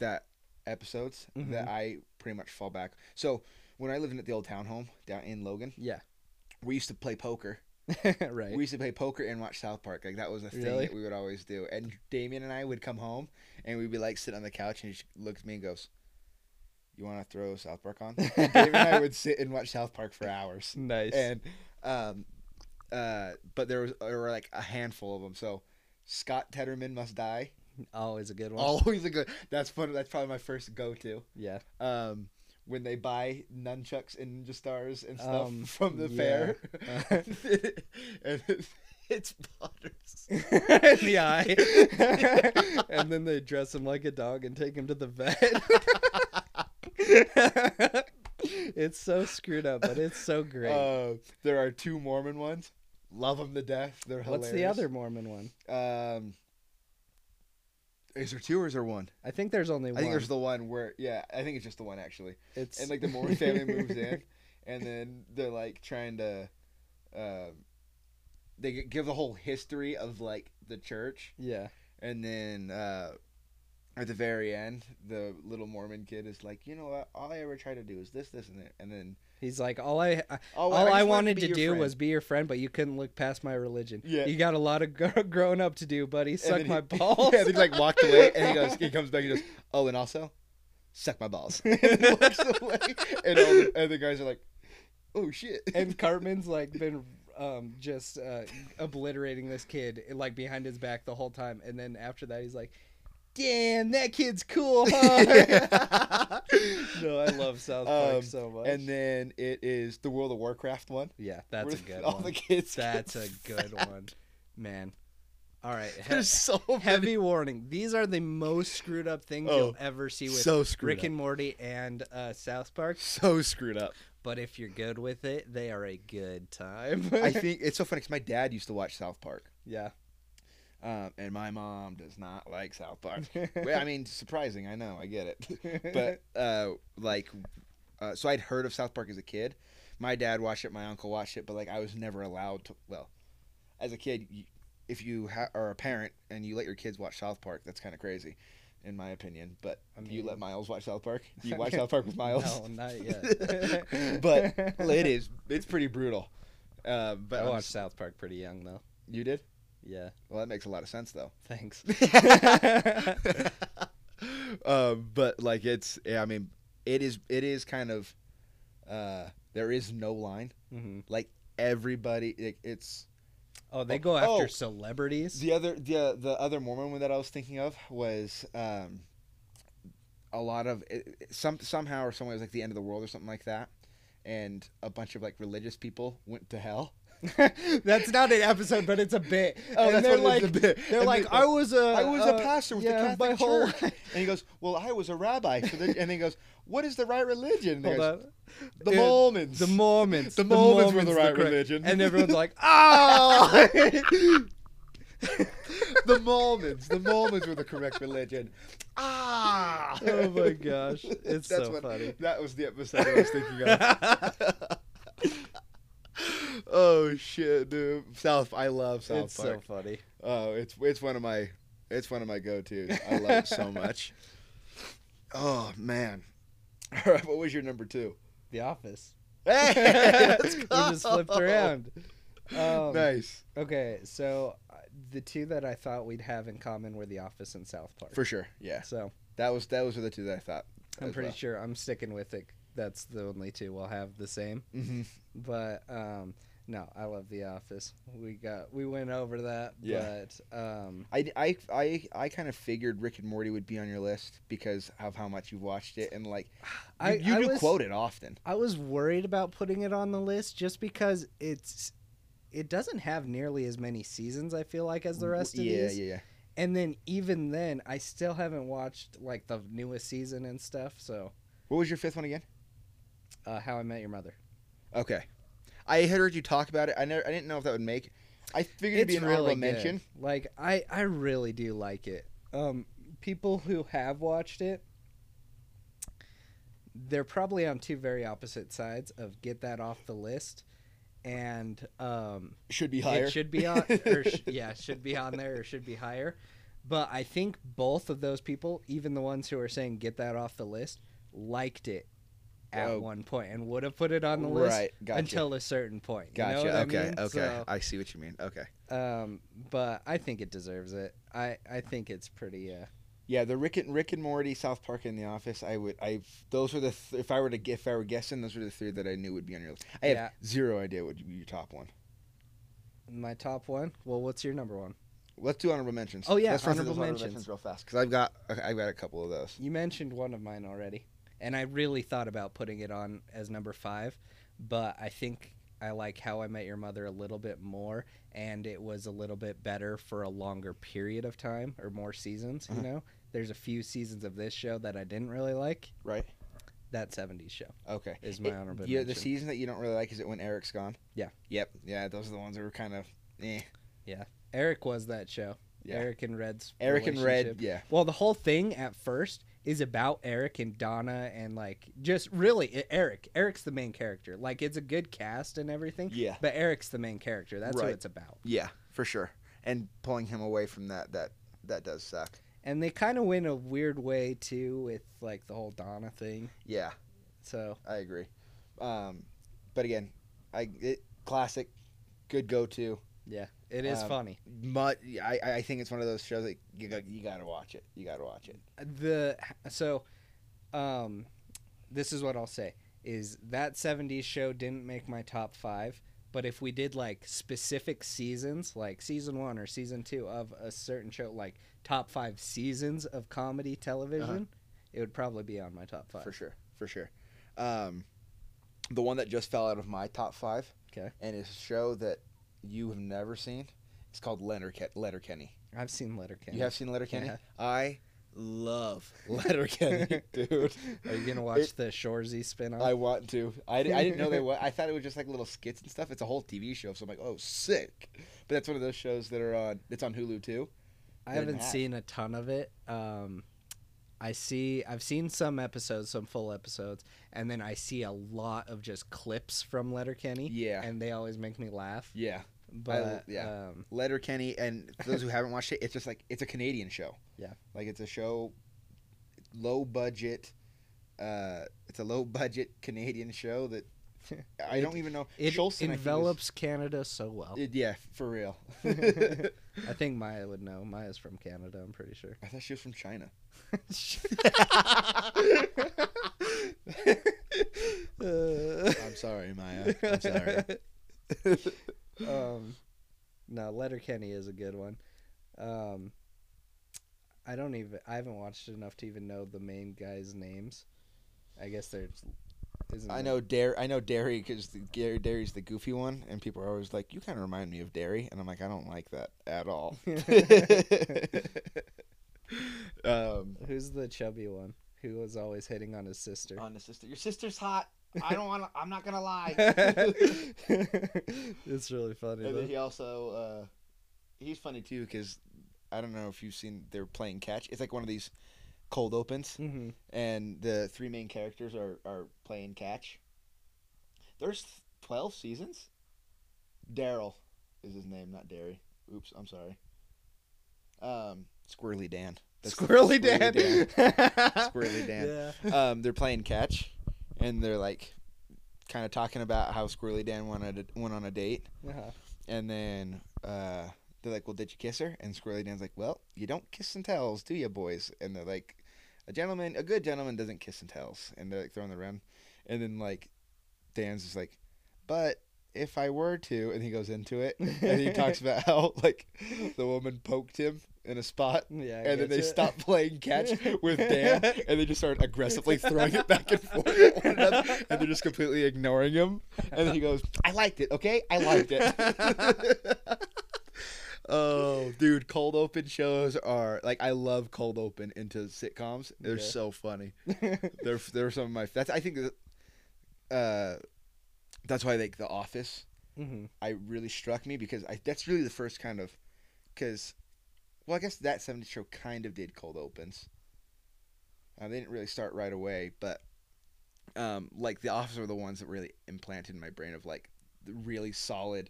A: that episodes
B: Mhm.
A: that I pretty much fall back. So when I lived at the old townhome down in Logan,
B: Yeah.
A: we used to play poker.
B: right.
A: We used to play poker and watch South Park. Like that was a thing
B: Really?
A: that we would always do. And Damien and I would come home and we'd be like sit on the couch and he looked at me and goes, "You want to throw South Park on?" And Damien and I would sit and watch South Park for hours
B: nice.
A: and um, uh, but there was there were like a handful of them. So Scott Tetterman must die.
B: Always a good one.
A: Always a good. That's fun. That's probably my first go to.
B: yeah.
A: Um, when they buy nunchucks and ninja stars and stuff
B: Um,
A: from the
B: yeah.
A: fair, and it, it's Potter's.
B: In the eye. and then they dress him like a dog and take him to the vet. it's so screwed up, but it's so great.
A: Uh, there are two Mormon ones. Love them to death. They're
B: What's
A: hilarious.
B: the other Mormon one?
A: Um, is there two or is there one?
B: I think there's only
A: I
B: one.
A: think there's the one where yeah, I think it's just the one actually.
B: it's
A: and like the Mormon family moves in, and then they're like trying to, um, they g- give the whole history of like the church,
B: Yeah.
A: and then uh, at the very end, the little Mormon kid is like, you know what? All I ever try to do is this, this, and that, and then
B: He's like all I
A: oh,
B: all I,
A: just wanted
B: wanted
A: be
B: to,
A: your
B: do
A: friend."
B: was be your friend, but you couldn't look past my religion.
A: Yeah.
B: You got a lot of gr- growing up to do, buddy.
A: And
B: Suck
A: then
B: my
A: he-
B: balls.
A: Yeah, and he like walked away, and he goes, he comes back, and he goes, oh, and also, suck my balls, and walks away, and all the other guys are like, oh shit,
B: and Cartman's like been um, just uh, obliterating this kid like behind his back the whole time, and then after that he's like, "Damn, that kid's cool, huh?" no, I love South Park
A: Um,
B: so much.
A: And then it is the World of Warcraft one.
B: yeah, that's a
A: where
B: good
A: all
B: one.
A: the kids. get
B: That's a good one, man. All right, he-
A: There's so many.
B: heavy warning. These are the most screwed up things
A: Oh,
B: you'll ever see with
A: so screwed
B: Rick
A: up.
B: and Morty and uh, South Park.
A: So screwed up.
B: But if you're good with it, they are a good time.
A: I think it's so funny because my dad used to watch South Park,
B: yeah.
A: um, and my mom does not like South Park. well, I mean, surprising. I know. I get it. But uh, like, uh, so I'd heard of South Park as a kid. My dad watched it. My uncle watched it. But like, I was never allowed to. Well, as a kid, you, if you ha- are a parent and you let your kids watch South Park, that's kind of crazy, in my opinion. But
B: I
A: you
B: mean-
A: let Miles watch South Park. You watch South Park with Miles.
B: No, not yet.
A: but it is. It's pretty brutal. Uh, but
B: I
A: I'm
B: watched
A: s-
B: South Park pretty young though.
A: you did.
B: Yeah,
A: Well, that makes a lot of sense, though.
B: thanks.
A: um, but like it's, yeah, I mean, it is, it is kind of, uh, there is no line.
B: Mhm.
A: Everybody, it, it's
B: Oh, they
A: Oh,
B: go after
A: oh.
B: celebrities.
A: the other, the the other Mormon one that I was thinking of was, um, a lot of it, it- some somehow or some way it was like the end of the world or something like that, and a bunch of like religious people went to hell.
B: that's not an episode, but it's a bit.
A: Oh,
B: and
A: that's
B: they're
A: what
B: like,
A: it is, a bit.
B: they're
A: And
B: like,
A: they-
B: I was a,
A: I was
B: uh,
A: a pastor with
B: yeah,
A: the
B: my
A: Catholic
B: whole
A: Church. And he goes, Well, I was a rabbi. For the... And he goes, What is the right religion? And he
B: Hold
A: goes,
B: up.
A: The
B: Dude,
A: Mormons.
B: The Mormons.
A: The Mormons were the right
B: correct-
A: religion.
B: And everyone's like, oh!
A: the Mormons. The Mormons were the correct religion. Ah!
B: Oh my gosh, it's
A: That's
B: so
A: what-
B: funny.
A: That was the episode I was thinking of. oh, shit, dude. South, I love South
B: it's
A: Park.
B: so funny.
A: Oh, it's it's one of my it's one of my go tos. I love it so much. Oh man. All right, what was your number two?
B: The Office.
A: Hey,
B: we just flipped around. Um,
A: nice
B: Okay, so uh, the two that I thought we'd have in common were The Office and South Park.
A: for sure. Yeah,
B: So
A: that was that was the two that I thought.
B: I'm
A: as
B: pretty
A: well.
B: sure I'm sticking with it. That's the only two we'll have the same.
A: Mhm.
B: But um, no, I love The Office. We got we went over that.
A: Yeah.
B: But um,
A: I I I, I kind of figured Rick and Morty would be on your list because of how much you've watched it and like you,
B: I
A: you
B: I
A: do
B: was,
A: quote it often.
B: I was worried about putting it on the list just because it's it doesn't have nearly as many seasons. I feel like as the rest of
A: yeah,
B: these.
A: yeah, yeah.
B: And then even then, I still haven't watched like the newest season and stuff. So,
A: What was your fifth one again?
B: uh, How I Met Your Mother.
A: Okay, I had heard you talk about it. I never I didn't know if that would make. I figured it'd be an honorable
B: good.
A: mention.
B: Like I, I really do like it. Um, people who have watched it, they're probably on two very opposite sides of get that off the list, and um,
A: Should be higher.
B: It should be on, or sh- yeah, it should be on there or should be higher. But I think both of those people, even the ones who are saying get that off the list, liked it at
A: Oh.
B: one point and would have put it on the list
A: Right, gotcha.
B: until a certain point. you know
A: Gotcha.
B: what I
A: okay.
B: mean?
A: Okay.
B: So-
A: I see what you mean. Okay.
B: Um, but I think it deserves it. I I think it's pretty. Uh,
A: Yeah, the Rick and Rick and Morty, South Park, and The Office. I would. I those were the th- if I were to g- if I were guessing, those were the three that I knew would be on your list. I have
B: Yeah.
A: zero idea what your top one.
B: my top one. Well, what's your number one?
A: Let's do honorable mentions.
B: Oh, yeah,
A: Let's run through
B: honorable
A: those
B: mentions.
A: real fast because I've got okay, I've got a couple of those.
B: You mentioned one of mine already, and I really thought about putting it on as number five, but I think I like How I Met Your Mother a little bit more, and it was a little bit better for a longer period of time or more seasons.
A: Uh-huh.
B: You know, there's a few seasons of this show that I didn't really like.
A: Right.
B: That '70s show
A: Okay.
B: is my
A: It-
B: honorable
A: yeah, the
B: mention.
A: season that you don't really like is it when Eric's gone.
B: Yeah.
A: Yep. Yeah, those are the ones that were kind of. Eh.
B: Eric was that show.
A: Yeah.
B: Eric and Red's
A: Eric and Red.
B: relationship.
A: Yeah.
B: Well, the whole thing at first is about Eric and Donna and like just really I- Eric. Eric's the main character. Like it's a good cast and everything,
A: Yeah.
B: but Eric's the main character. That's
A: Right.
B: what it's about.
A: Yeah, for sure. And pulling him away from that that that does suck.
B: And they kind of went a weird way too with like the whole Donna thing.
A: Yeah,
B: So
A: I agree. Um, but again, I it, classic, good go to.
B: it is
A: Um,
B: funny.
A: But I I think it's one of those shows that you got, you gotta watch it. You gotta watch it.
B: The so um this is what I'll say is that 70s show didn't make my top 5, but if we did like specific seasons, like season 1 or season 2 of a certain show like top 5 seasons of comedy television, it would probably be on my top 5.
A: Uh-huh. For sure, for sure. Um, the one that just fell out of my top five.
B: 'Kay.
A: And it's a show that you have never seen. It's called Letter Letterkenny.
B: I've seen Letterkenny.
A: You have seen Letterkenny.
B: Yeah.
A: I love Letterkenny, dude.
B: Are you going to
A: It-
B: watch the Shorzy spin-off?
A: I want to. I, di- I didn't know they were. I thought it was just like little skits and stuff. It's a whole TV show, so I'm like, oh, sick. But that's one of those shows that are on. It's on Hulu too.
B: I
A: Good
B: haven't
A: match.
B: seen a ton of it. Um, I see. I've seen some episodes, some full episodes, and then I see a lot of just clips from Letterkenny.
A: Yeah.
B: and they always make me laugh.
A: Yeah,
B: But
A: yeah.
B: um,
A: Letterkenny, and for those who haven't watched it, it's just like it's a Canadian show.
B: Yeah.
A: like it's a show, low budget. Uh, it's a low budget Canadian show that I don't even know.
B: it
A: Schultz and I think, is-
B: envelops Canada so well.
A: it- yeah, for real.
B: I think Maya would know. Maya's from Canada. I'm pretty sure.
A: I thought she was from China. I'm sorry, Maya. I'm sorry.
B: um, no, Letterkenny is a good one. Um, I don't even. I haven't watched it enough to even know the main guys' names. I guess there's. Isn't
A: I
B: there-
A: know Dare. I know Derry because Gary Derry's the goofy one, and people are always like, "You kind of remind me of Derry," and I'm like, "I don't like that at all." um,
B: Who's the chubby one who was always hitting on his sister?
A: on the sister, your sister's hot. I don't want. to I'm not gonna lie. and
B: it's really funny.
A: then
B: Though.
A: he also, uh, he's funny too because I don't know if you've seen they're playing catch. It's like one of these cold opens,
B: Mhm.
A: and the three main characters are are playing catch. There's twelve seasons. Daryl is his name, not Derry. Oops, I'm sorry. Um, Squirrely Dan. That's-
B: Squirrely Dan.
A: Squirrely Dan.
B: Yeah.
A: um, they're playing catch, and they're like, kind of talking about how Squirrely Dan went on a, went on a date,
B: Uh-huh.
A: and then uh, they're like, "Well, did you kiss her?" And Squirrely Dan's like, "Well, you don't kiss and tells, do you, boys?" And they're like, "A gentleman, a good gentleman, doesn't kiss and tells." And they're like throwing the around, and then like, Dan's just like, "But." If I were to, and he goes into it, and he talks about how like the woman poked him in a spot,
B: Yeah. I
A: and then they
B: getcha.
A: stopped playing catch with Dan, and they just started aggressively throwing it back and forth at one another, and they're just completely ignoring him. And then he goes, "I liked it, okay? I liked it." oh, dude, cold open shows are like I love cold open into sitcoms. They're
B: Okay.
A: so funny. They're they're some of my that's I think that, uh that's why like The Office
B: Mhm.
A: I really struck me because I that's really the first kind of because well I guess that 70 show kind of did cold opens. Uh, they didn't really start right away, but um, like the office were the ones that really implanted in my brain of like the really solid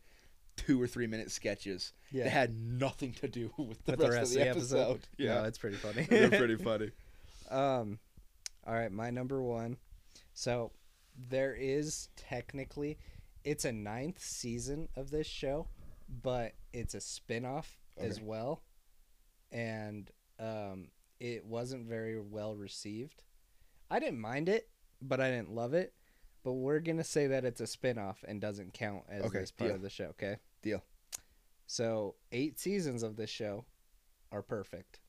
A: two or three minute sketches that
B: Yeah.
A: had nothing to do with the,
B: With
A: rest, of the, episode.
B: Yeah,
A: Yeah,
B: it's pretty funny.
A: they're pretty funny.
B: Um, all right, my number one. So there is technically, it's a ninth season of this show, but it's a spin-off as
A: Okay.
B: well, and um, it wasn't very well received. I didn't mind it, but I didn't love it. But we're gonna say that it's a spin-off and doesn't count as
A: Okay,
B: this part
A: deal.
B: of the show. Okay.
A: Deal.
B: So eight seasons of this show are perfect.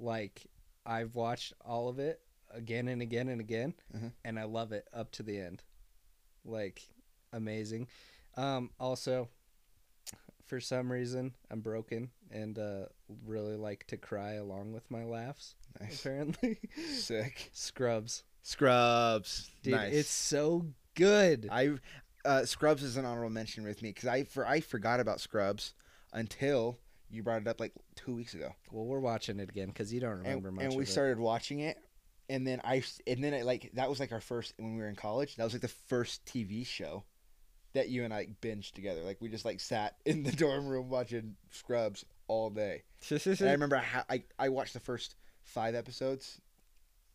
B: Like I've watched all of it again and again and again,
A: Uh-huh.
B: and I love it up to the end. Like amazing. Um, also, for some reason, I'm broken and uh, really like to cry along with my laughs.
A: Nice.
B: Apparently,
A: Sick.
B: Scrubs,
A: Scrubs.
B: dude,
A: nice.
B: it's so good.
A: I uh, Scrubs is an honorable mention with me because I for I forgot about Scrubs until you brought it up like two weeks ago,
B: well, we're watching it again because you don't
A: and,
B: remember much.
A: and
B: of
A: we
B: it.
A: started watching it, and then I s- and then it like that was like our first when we were in college. That was like the first TV show that you and I binged together. Like we just like sat in the dorm room watching Scrubs all day. And I remember how I I watched the first five episodes,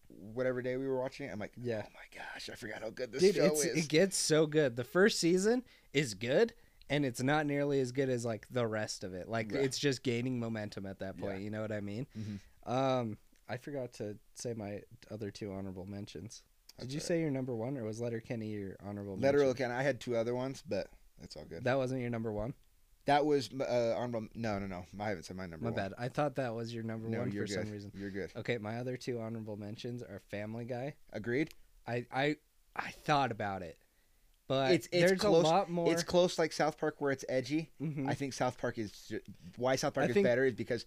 A: whatever day we were watching it. I'm like,
B: Yeah.
A: oh my gosh, I forgot how good this
B: Dude,
A: show
B: it's,
A: is.
B: it gets so good. The first season is good, and it's not nearly as good as like the rest of it. Like
A: Yeah.
B: it's just gaining momentum at that point. You know what I mean?
A: Mhm.
B: Um, I forgot to say my other two honorable mentions. Did
A: That's
B: you
A: all
B: say your number one, or was Letterkenny your honorable?
A: right. literal?
B: mention?
A: Can I had two other ones, but that's all good.
B: That wasn't your number one.
A: That was m- uh, honorable. No, no, no. I haven't said my number.
B: My
A: one.
B: bad. I thought that was your number
A: No,
B: one for
A: you're good.
B: some reason.
A: You're good.
B: Okay, my other two honorable mentions are Family Guy.
A: Agreed.
B: I I I thought about it, but
A: It's- it's
B: there's
A: close-
B: a lot more.
A: It's close, like South Park, where it's edgy.
B: Mhm.
A: I think South Park is ju- why South Park
B: I
A: is
B: think-
A: better is because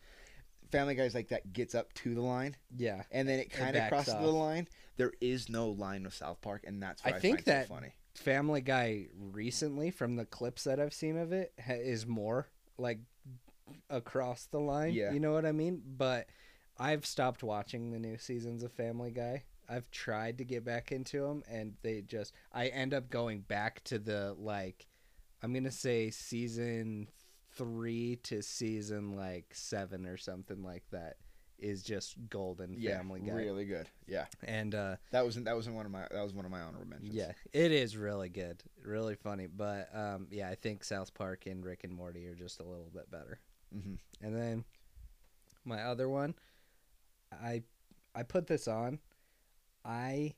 A: Family Guy's like that gets up to the line
B: yeah.
A: and then it kind of
B: backs
A: crosses the
B: off.
A: line. There is no line with South Park, and that's
B: I
A: what I,
B: think
A: find so
B: that-
A: funny.
B: Family Guy recently, from the clips that I've seen of it, ha- is more like across the line.
A: Yeah.
B: You know what I mean? But I've stopped watching the new seasons of Family Guy. I've tried to get back into them, and they just, I end up going back to the, like, I'm going to say season three to season, like, seven or something like that is just golden
A: Yeah,
B: Family Guy.
A: really good. Yeah,
B: And, uh,
A: that was that was one of my that was one of my honorable mentions.
B: yeah, it is really good, really funny. But um, yeah, I think South Park and Rick and Morty are just a little bit better.
A: Mhm.
B: And then my other one, I I put this on. I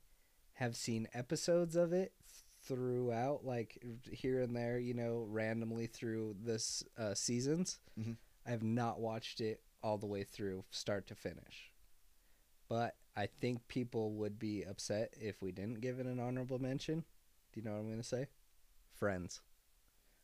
B: have seen episodes of it throughout, like here and there, you know, randomly through this uh, seasons.
A: Mhm.
B: I have not watched it all the way through, start to finish. But I think people would be upset if we didn't give it an honorable mention. Do you know what I'm going to say? Friends.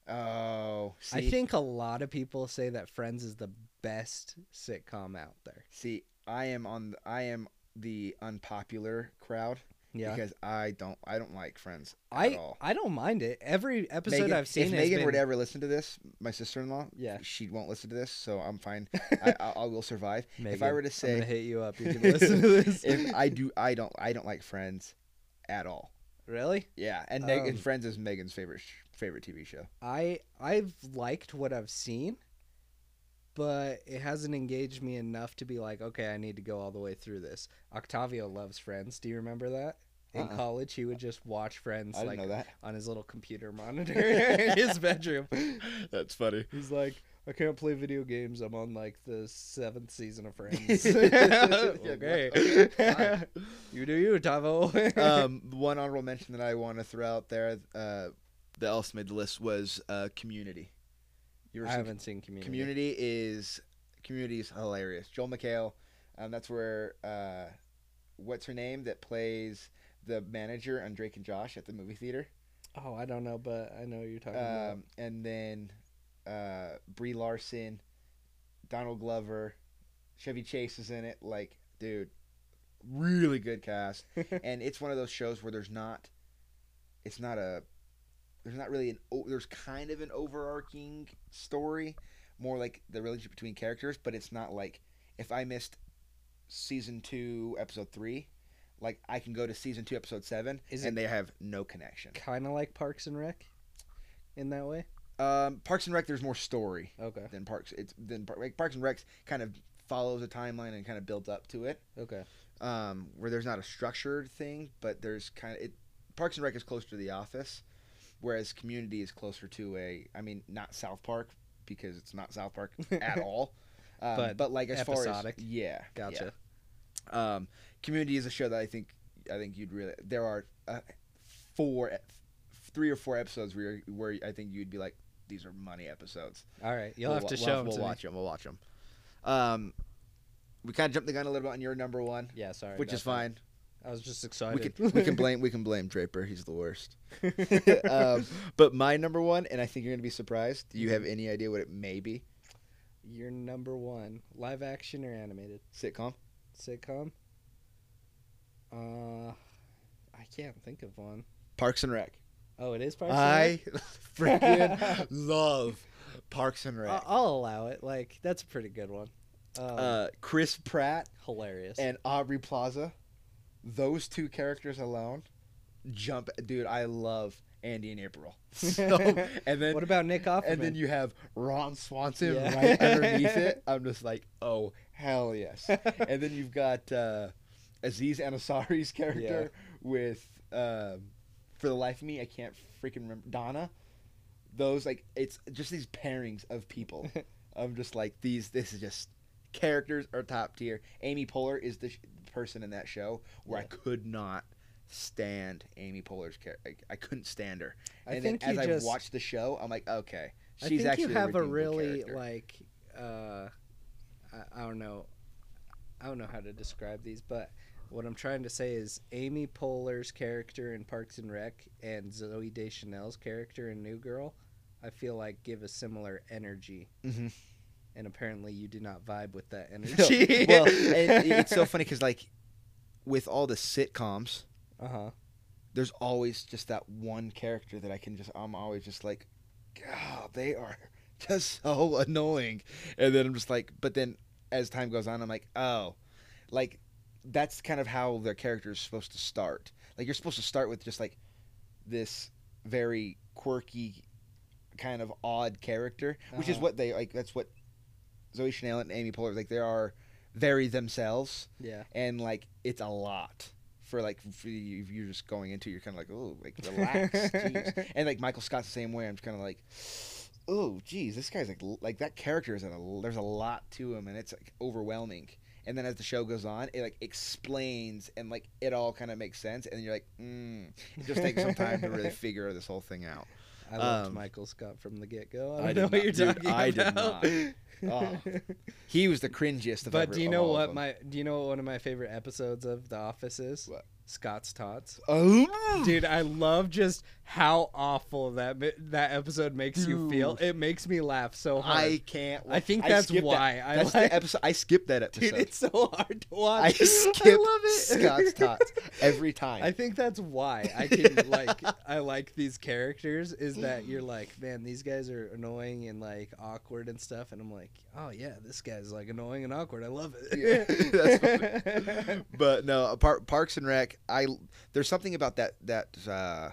A: Oh, see,
B: I think a lot of people say that Friends is the best sitcom out there.
A: see, I am on. The, I am the unpopular crowd
B: Yeah.
A: because I don't. I don't like Friends at
B: I
A: all.
B: I don't mind it. Every episode
A: Megan-
B: I've seen
A: If
B: has
A: Megan
B: been,
A: would ever listen to this, my sister-in-law,
B: yeah.
A: she won't listen to this, so I'm fine. I, I, I will survive.
B: Megan,
A: were to
B: I'm
A: say-
B: gonna hit you up, you can listen to this.
A: If I do, I don't. I don't like Friends at all.
B: really,
A: Yeah, and, Meg-
B: Um,
A: and Friends is Megan's favorite sh- favorite TV show.
B: I I've liked what I've seen, but it hasn't engaged me enough to be like, okay, I need to go all the way through this. Octavio loves Friends. Do you remember that? In
A: Uh-uh.
B: college, he would just watch Friends
A: I didn't
B: like
A: know that.
B: on his little computer monitor in his bedroom.
A: That's funny.
B: He's like, I can't play video games. I'm on like the seventh season of Friends. okay.
A: Fine.
B: you do you, Tavo.
A: um, one honorable mention that I want to throw out there uh, that also made the list was uh, Community. You ever
B: I
A: seen
B: haven't seen Community.
A: Community? is Community is hilarious. Joel McHale, um, that's where uh, what's her name that plays the manager on Drake and Josh at the movie theater,
B: Oh, I don't know, but I know what you're talking about.
A: um, and then uh, Brie Larson, Donald Glover, Chevy Chase is in it. Like, dude, really good cast and it's one of those shows where there's not it's not a there's not really an o- there's kind of an overarching story more like the relationship between characters but it's not like if i missed season 2 episode 3 like i can go to season 2 episode 7
B: Is
A: and they have no connection
B: kind of like Parks and Rec in that way.
A: Um, Parks and Rec, there's more story
B: Okay.
A: than Parks. It's than Par- like, Parks and Rec kind of follows a timeline and kind of builds up to it.
B: Okay.
A: um, where there's not a structured thing, but there's kind of it. Parks and Rec is closer to The Office, whereas Community is closer to a. I mean, not South Park because it's not South Park at all. Um,
B: But
A: but, like as far as
B: episodic.
A: yeah,
B: Gotcha.
A: yeah. Um, Community is a show that I think I think you'd really. There are uh, four, ep- three or four episodes where you're- where I think you'd be like, these are money episodes.
B: All right. You'll
A: We'll
B: have to
A: wa-
B: show
A: we'll,
B: them to
A: We'll
B: me.
A: watch them. We'll watch them. Um, we kind of jumped the gun a little bit on your number one,
B: Yeah. Sorry.
A: which is
B: about
A: fine.
B: that. I was just
A: We
B: excited.
A: can we can blame we can blame Draper. He's the worst.
B: blame.
A: um, but my number one, and I think you're gonna be surprised.
B: Mm-hmm.
A: Do you have any idea what it may be?
B: Your number one live action or animated
A: Sitcom.
B: sitcom? Uh, I can't think of one.
A: Parks and Rec.
B: Oh, it is Parks and Rec?
A: I freaking love Parks and Rec.
B: I- I'll allow it. Like that's a pretty good one. Um,
A: Uh, Chris Pratt
B: hilarious.
A: and Aubrey Plaza. Those two characters alone, jump, dude. I love Andy and April. So, and then
B: what about Nick Offerman?
A: and then you have Ron Swanson
B: Yeah.
A: right underneath it. I'm just like, oh hell yes. and then you've got uh, Aziz Ansari's character with, um, for the life of me, I can't freaking remember Donna. Those like it's just these pairings of people. I'm just like these. This is just characters are top tier. Amy Poehler is the sh- person in that show where I
B: Yeah.
A: could not stand Amy Poehler's character. I, I couldn't stand her.
B: I
A: and
B: think
A: then as
B: you just.
A: I watched the show, I'm like, okay,
B: I
A: she's
B: think
A: actually
B: you have a
A: redeemable
B: really
A: character.
B: like. Uh, I, I don't know. I don't know how to describe these, but what I'm trying to say is Amy Poehler's character in Parks and Rec and Zoe Deschanel's character in New Girl. I feel like give a similar energy.
A: Mhm.
B: And apparently, you do not vibe with that
A: No.
B: energy.
A: well, and it- it's so funny because like with all the sitcoms,
B: Uh huh.
A: there's always just that one character that I can just I'm always just like, God, they are just so annoying. And then I'm just like, but then as time goes on, I'm like, oh, like that's kind of how their character is supposed to start. Like you're supposed to start with just like this very quirky, kind of odd character, which is
B: Uh-huh.
A: what they like. That's what Zoe Chanel and Amy Poehler like. They are very themselves
B: Yeah.
A: and like it's a lot for like for you, if you're just going into you're kind of like oh like relax jeez. and like Michael Scott's the same way I'm just kind of like oh geez this guy's like l- like that character is at a there's a lot to him and it's like overwhelming and then as the show goes on it like explains and like it all kind of makes sense and you're like mm. it just takes some time to really figure this whole thing out
B: I loved
A: Um,
B: Michael Scott from the get go. I
A: I
B: don't know
A: did
B: what you're
A: not-
B: talking
A: dude, I did
B: about.
A: not. Oh. he was the cringiest of
B: but
A: every-
B: do you
A: of
B: know
A: all of
B: what
A: them.
B: my do you know what one of my favorite episodes of The Office is?
A: What?
B: Scott's Tots.
A: oh
B: Dude, I love just how awful that mi- that episode makes you feel. It makes me laugh so hard.
A: I can't.
B: I think
A: I
B: that's
A: skipped that.
B: why I
A: That's
B: like-
A: the episode. I skipped that episode.
B: Dude, it's so hard to watch.
A: I skip
B: love it.
A: Scott's tots every time.
B: I think that's why I can like I like these characters is that you're like, man, these guys are annoying and like awkward and stuff, and I'm like, oh yeah, this guy's like annoying and awkward. I love it.
A: Yeah, that's but no, apart, Parks and Rec. I there's something about that that uh,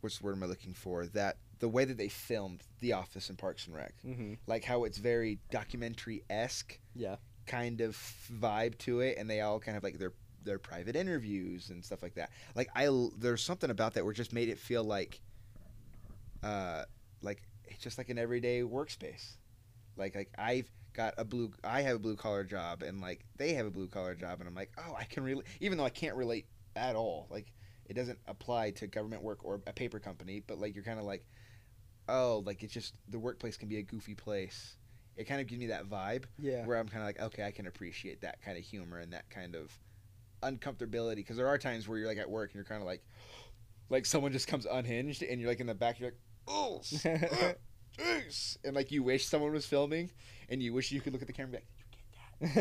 A: what's the word am I looking for? That the way that they filmed The Office and Parks and Rec,
B: mm-hmm.
A: like how it's very documentary esque
B: Yeah.
A: kind of vibe to it, and they all kind of like their their private interviews and stuff like that. Like I l- there's something about that where it just made it feel like, uh, like it's just like an everyday workspace. Like like I've got a blue I have a blue collar job and like they have a blue collar job and I'm like oh I can relate even though I can't relate at all like it doesn't apply to government work or a paper company but like you're kind of like oh like it's just the workplace can be a goofy place it kind of gives me that vibe
B: Yeah.
A: where I'm kind of like, okay, I can appreciate that kind of humor and that kind of uncomfortability because there are times where you're like at work and you're kind of like, like someone just comes unhinged and you're like in the back, you're like, oh, s- uh, jeez," and like you wish someone was filming and you wish you could look at the camera and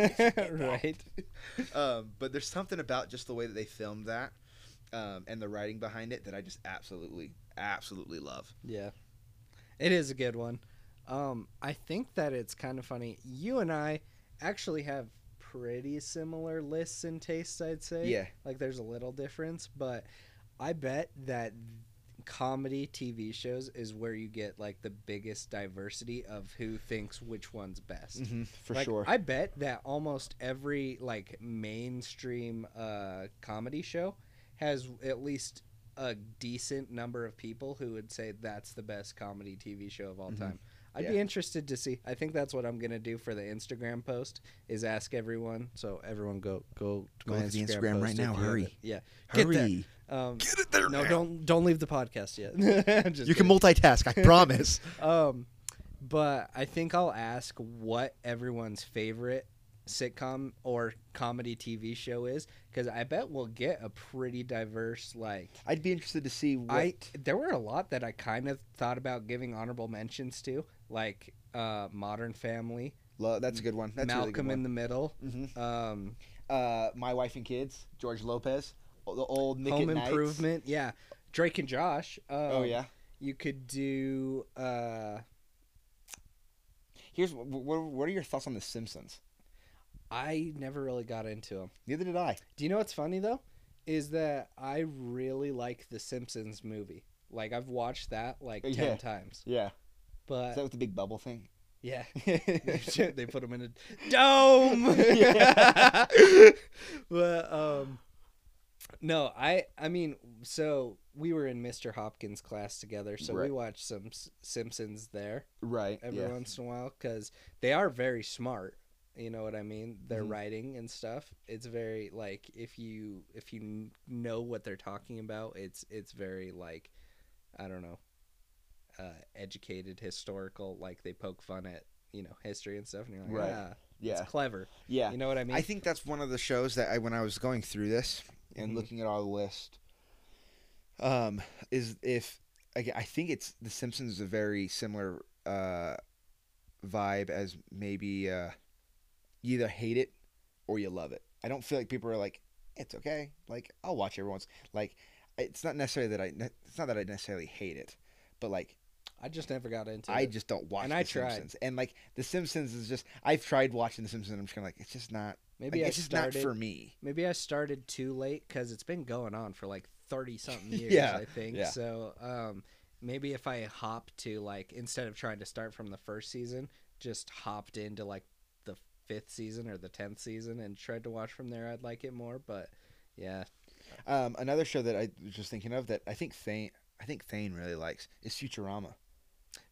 A: be
B: right.
A: like, um, but there's something about just the way that they filmed that um, and the writing behind it that I just absolutely, absolutely love.
B: Yeah. It is a good one. Um, I think that it's kind of funny. You and I actually have pretty similar lists and tastes, I'd say.
A: Yeah,
B: Like there's a little difference, but I bet that comedy TV shows is where you get like the biggest diversity of who thinks which one's best.
A: Mhm, for
B: Like,
A: sure.
B: I bet that almost every like mainstream uh, comedy show has at least a decent number of people who would say that's the best comedy TV show of all
A: Mhm.
B: time. I'd
A: Yeah.
B: be interested to see. I think that's what I'm gonna do for the Instagram post is ask everyone. So everyone go go to
A: Go
B: my
A: look at the
B: Instagram,
A: Instagram
B: post
A: right
B: if
A: now,
B: you haven't.
A: hurry.
B: Yeah, Get there.
A: Hurry.
B: um,
A: Get it there
B: no,
A: now.
B: don't don't leave the podcast yet. Just
A: You can
B: kidding.
A: multitask, I promise.
B: Um, but I think I'll ask what everyone's favorite sitcom or comedy TV show is because I bet we'll get a pretty diverse like.
A: I'd be interested to see what
B: I there were a lot that I kind of thought about giving honorable mentions to, like uh, Modern Family,
A: Lo- that's a good one. That's
B: Malcolm
A: a really
B: in
A: good
B: the Middle,
A: one. Mhm.
B: um,
A: uh, My Wife and Kids, George Lopez, o- the old Nick
B: Home
A: at Nights.
B: Improvement, yeah, Drake and Josh. Um,
A: Oh yeah.
B: you could do. Uh,
A: Here's what, what are your thoughts on The Simpsons?
B: I never really got into them.
A: Neither did I.
B: Do you know what's funny though? Is that I really like the Simpsons movie. Like I've watched that like ten
A: Yeah.
B: times.
A: Yeah. Is that
B: But
A: with the big bubble thing?
B: yeah, they
A: yeah.
B: should- they put them in a dome.
A: Yeah.
B: but um, no, I I mean, so we were in Mr. Hopkins' class together, so we
A: Right.
B: watched some S- Simpsons there
A: Right.
B: every
A: yeah.
B: once in a while because they are very smart. You know what I mean? Their
A: Mhm.
B: writing and stuff. It's very like if you if you kn- know what they're talking about, it's it's very like I don't know, uh, educated, historical. Like they poke fun at you know history and stuff, and you're like,
A: Right.
B: ah,
A: Yeah.
B: it's clever.
A: Yeah.
B: You know what I mean?
A: I think that's one of the shows that I, when I was going through this and
B: Mhm.
A: looking at our list, um, is if I, I think it's The Simpsons is a very similar uh, vibe as maybe uh, you either hate it or you love it. I don't feel like people are like it's okay. Like I'll watch it every once. Like it's not necessarily that I. ne- It's not that I necessarily hate it, but like
B: I just never got into.
A: I
B: it.
A: just don't watch
B: And
A: The
B: I tried.
A: Simpsons. And like The Simpsons is just I've tried watching The Simpsons. and I'm just kind of like it's just not.
B: maybe
A: like,
B: I
A: it's just not
B: started.
A: for me.
B: Maybe I started too late because it's been going on for like thirty something years.
A: Yeah,
B: I think
A: yeah.
B: so. Um, maybe if I hop to like instead of trying to start from the first season, just hopped into like the fifth season or the tenth season and tried to watch from there, I'd like it more. But yeah,
A: Um, another show that I was just thinking of that I think Thane, I think Thane really likes is Futurama.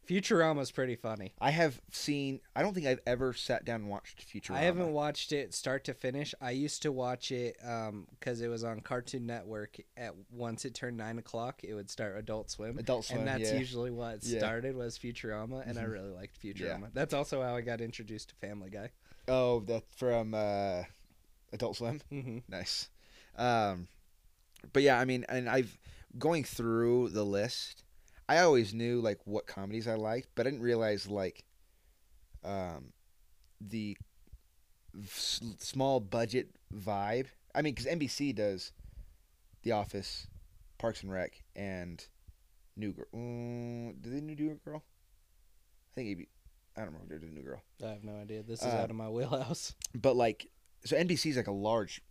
B: Futurama's pretty funny.
A: I have seen. I don't think I've ever sat down and watched Futurama.
B: I haven't watched it start to finish. I used to watch it because it was on Cartoon Network. At once it turned nine o'clock, it would start Adult Swim.
A: Adult Swim.
B: and that's
A: yeah.
B: usually what it
A: Yeah.
B: started was Futurama, and I
A: Mhm.
B: really liked Futurama.
A: Yeah.
B: That's also how I got introduced to Family Guy.
A: Oh, that from uh, Adult Swim.
B: Mm-hmm.
A: Nice. Um, but yeah, I mean, and I've going through the list. I always knew like what comedies I liked, but I didn't realize like, um, the s- small budget vibe. I mean, because NBC does The Office, Parks and Rec, and New Girl. Mm, did they do New Girl? I think AB. I don't remember if they did New Girl
B: I have no idea. This is
A: Uh,
B: out of my wheelhouse.
A: but like so NBC's like a large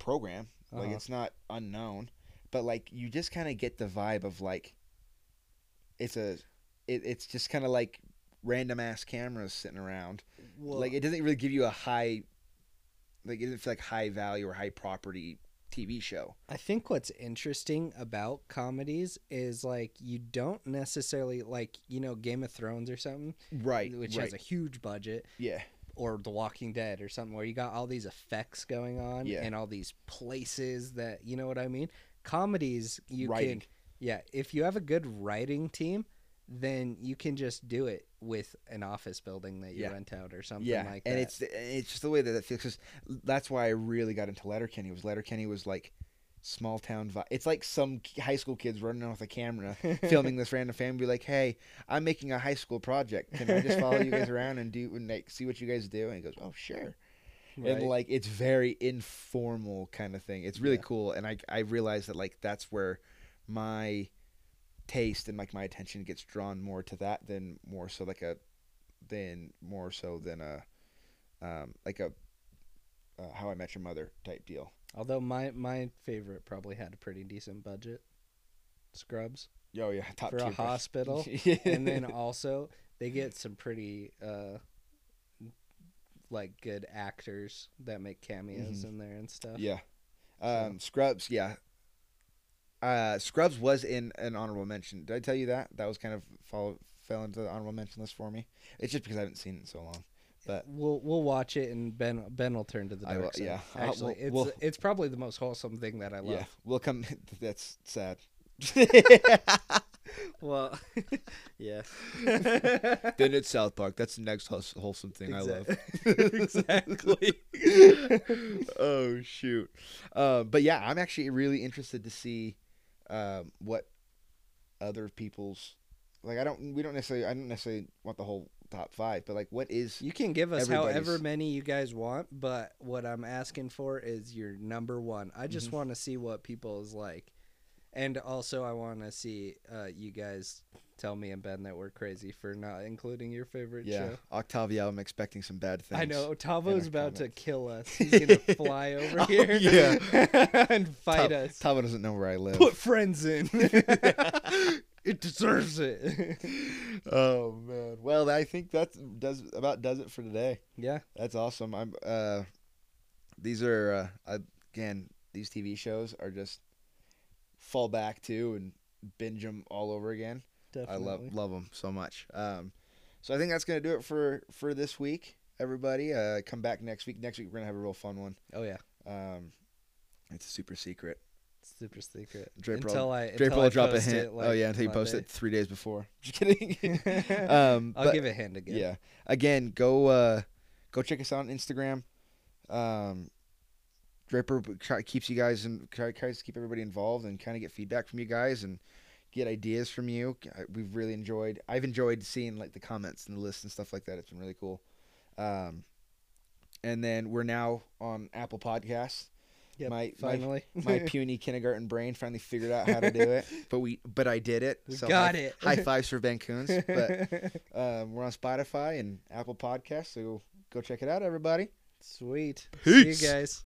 A: program. Like
B: Uh-huh.
A: it's not unknown, but like you just kind of get the vibe of like it's a it, it's just kind of like random ass cameras sitting around.
B: Uh-huh. Well,
A: like it doesn't really give you a high like it doesn't feel like high value or high property TV show.
B: I think what's interesting about comedies is like you don't necessarily like you know Game of Thrones or something,
A: Right.
B: which has a huge budget,
A: yeah.
B: or The Walking Dead or something where you got all these effects going on
A: Yeah.
B: and all these places that you know what I mean. Comedies you can
A: writing.
B: Yeah, if you have a good writing team, then you can just do it with an office building that you
A: Yeah.
B: rent out or something
A: yeah,
B: like that.
A: and it's it's just the way that it feels. 'cause that's why I really got into Letterkenny. Was Letterkenny was like small town vibe. It's like some k- high school kids running off the camera, filming this random family. Be like, hey, I'm making a high school project. Can I just follow you guys around and do and like see what you guys do? And he goes, oh sure.
B: Right.
A: And like it's very informal kind of thing. It's really
B: Yeah.
A: cool, and I I realized that like that's where my taste and like my attention gets drawn more to that than more so like a than more so than a um like a uh, how I met your mother type deal.
B: although my my favorite probably had a pretty decent budget. Scrubs.
A: Oh yeah, top
B: for
A: tier
B: a
A: best-
B: hospital,
A: yeah.
B: and then also they get some pretty uh like good actors that make cameos
A: Mm-hmm.
B: in there and stuff.
A: yeah, um, Scrubs. Yeah, uh, Scrubs was in an honorable mention. Did I tell you that? That was kind of follow fell into the honorable mention list for me. It's just because I haven't seen it in so long. But
B: We'll we'll watch it and Ben Ben will turn to the
A: I
B: dark
A: will-
B: side.
A: yeah. I'll-
B: actually,
A: we'll-
B: it's
A: we'll-
B: it's probably the most wholesome thing that I love.
A: yeah, we'll come. That's sad.
B: Well, yeah,
A: then it's South Park. That's the next wholes- wholesome thing
B: exactly.
A: oh shoot! Uh, but yeah, I'm actually really interested to see um, what other people's like. I don't. We don't necessarily. I don't necessarily want the whole top five, but like, what is?
B: You can give us however
A: Everybody's-
B: many you guys want, but what I'm asking for is your number one. I just
A: Mhm.
B: want to see what people is like, and also I want to see uh, you guys tell me and Ben that we're crazy for not including your favorite
A: yeah,
B: show.
A: Octavio. I'm expecting some bad things.
B: I know Tavo's
A: our
B: about to
A: comments.
B: kill us. He's gonna fly over
A: Oh,
B: here,
A: yeah.
B: and fight
A: Ta-
B: us.
A: Tavo doesn't know where I live.
B: Put friends in. it deserves it.
A: oh man. Well, I think that does about does it for today.
B: yeah.
A: That's awesome. I'm uh these are uh again, these TV shows are just fall back to and binge them all over again.
B: Definitely.
A: I love love them so much. Um so I think that's going to do it for for this week everybody. Uh come back next week. Next week we're going to have a real fun one.
B: Oh yeah.
A: Um it's a super secret.
B: Super secret.
A: Draper will-
B: until I
A: Draper
B: until
A: will
B: I
A: drop a
B: post
A: hint.
B: it, like,
A: oh yeah, until you post
B: Monday.
A: it 3 days before. Just kidding. um
B: I'll
A: but-
B: give it a hand again.
A: yeah again go uh go check us out on instagram um draper b- try, keeps you guys and tries to keep everybody involved and kind of get feedback from you guys and get ideas from you I- we've really enjoyed i've enjoyed seeing like the comments and the lists and stuff like that it's been really cool um and then we're now on apple podcasts
B: Yep,
A: my- my-
B: finally.
A: my puny kindergarten brain finally figured out how to do it but we but i did it
B: We
A: so
B: got
A: high,
B: it.
A: high fives for van coons but um, we're on Spotify and Apple Podcasts, so go check it out, everybody.
B: Sweet.
A: Peace.
B: See you guys.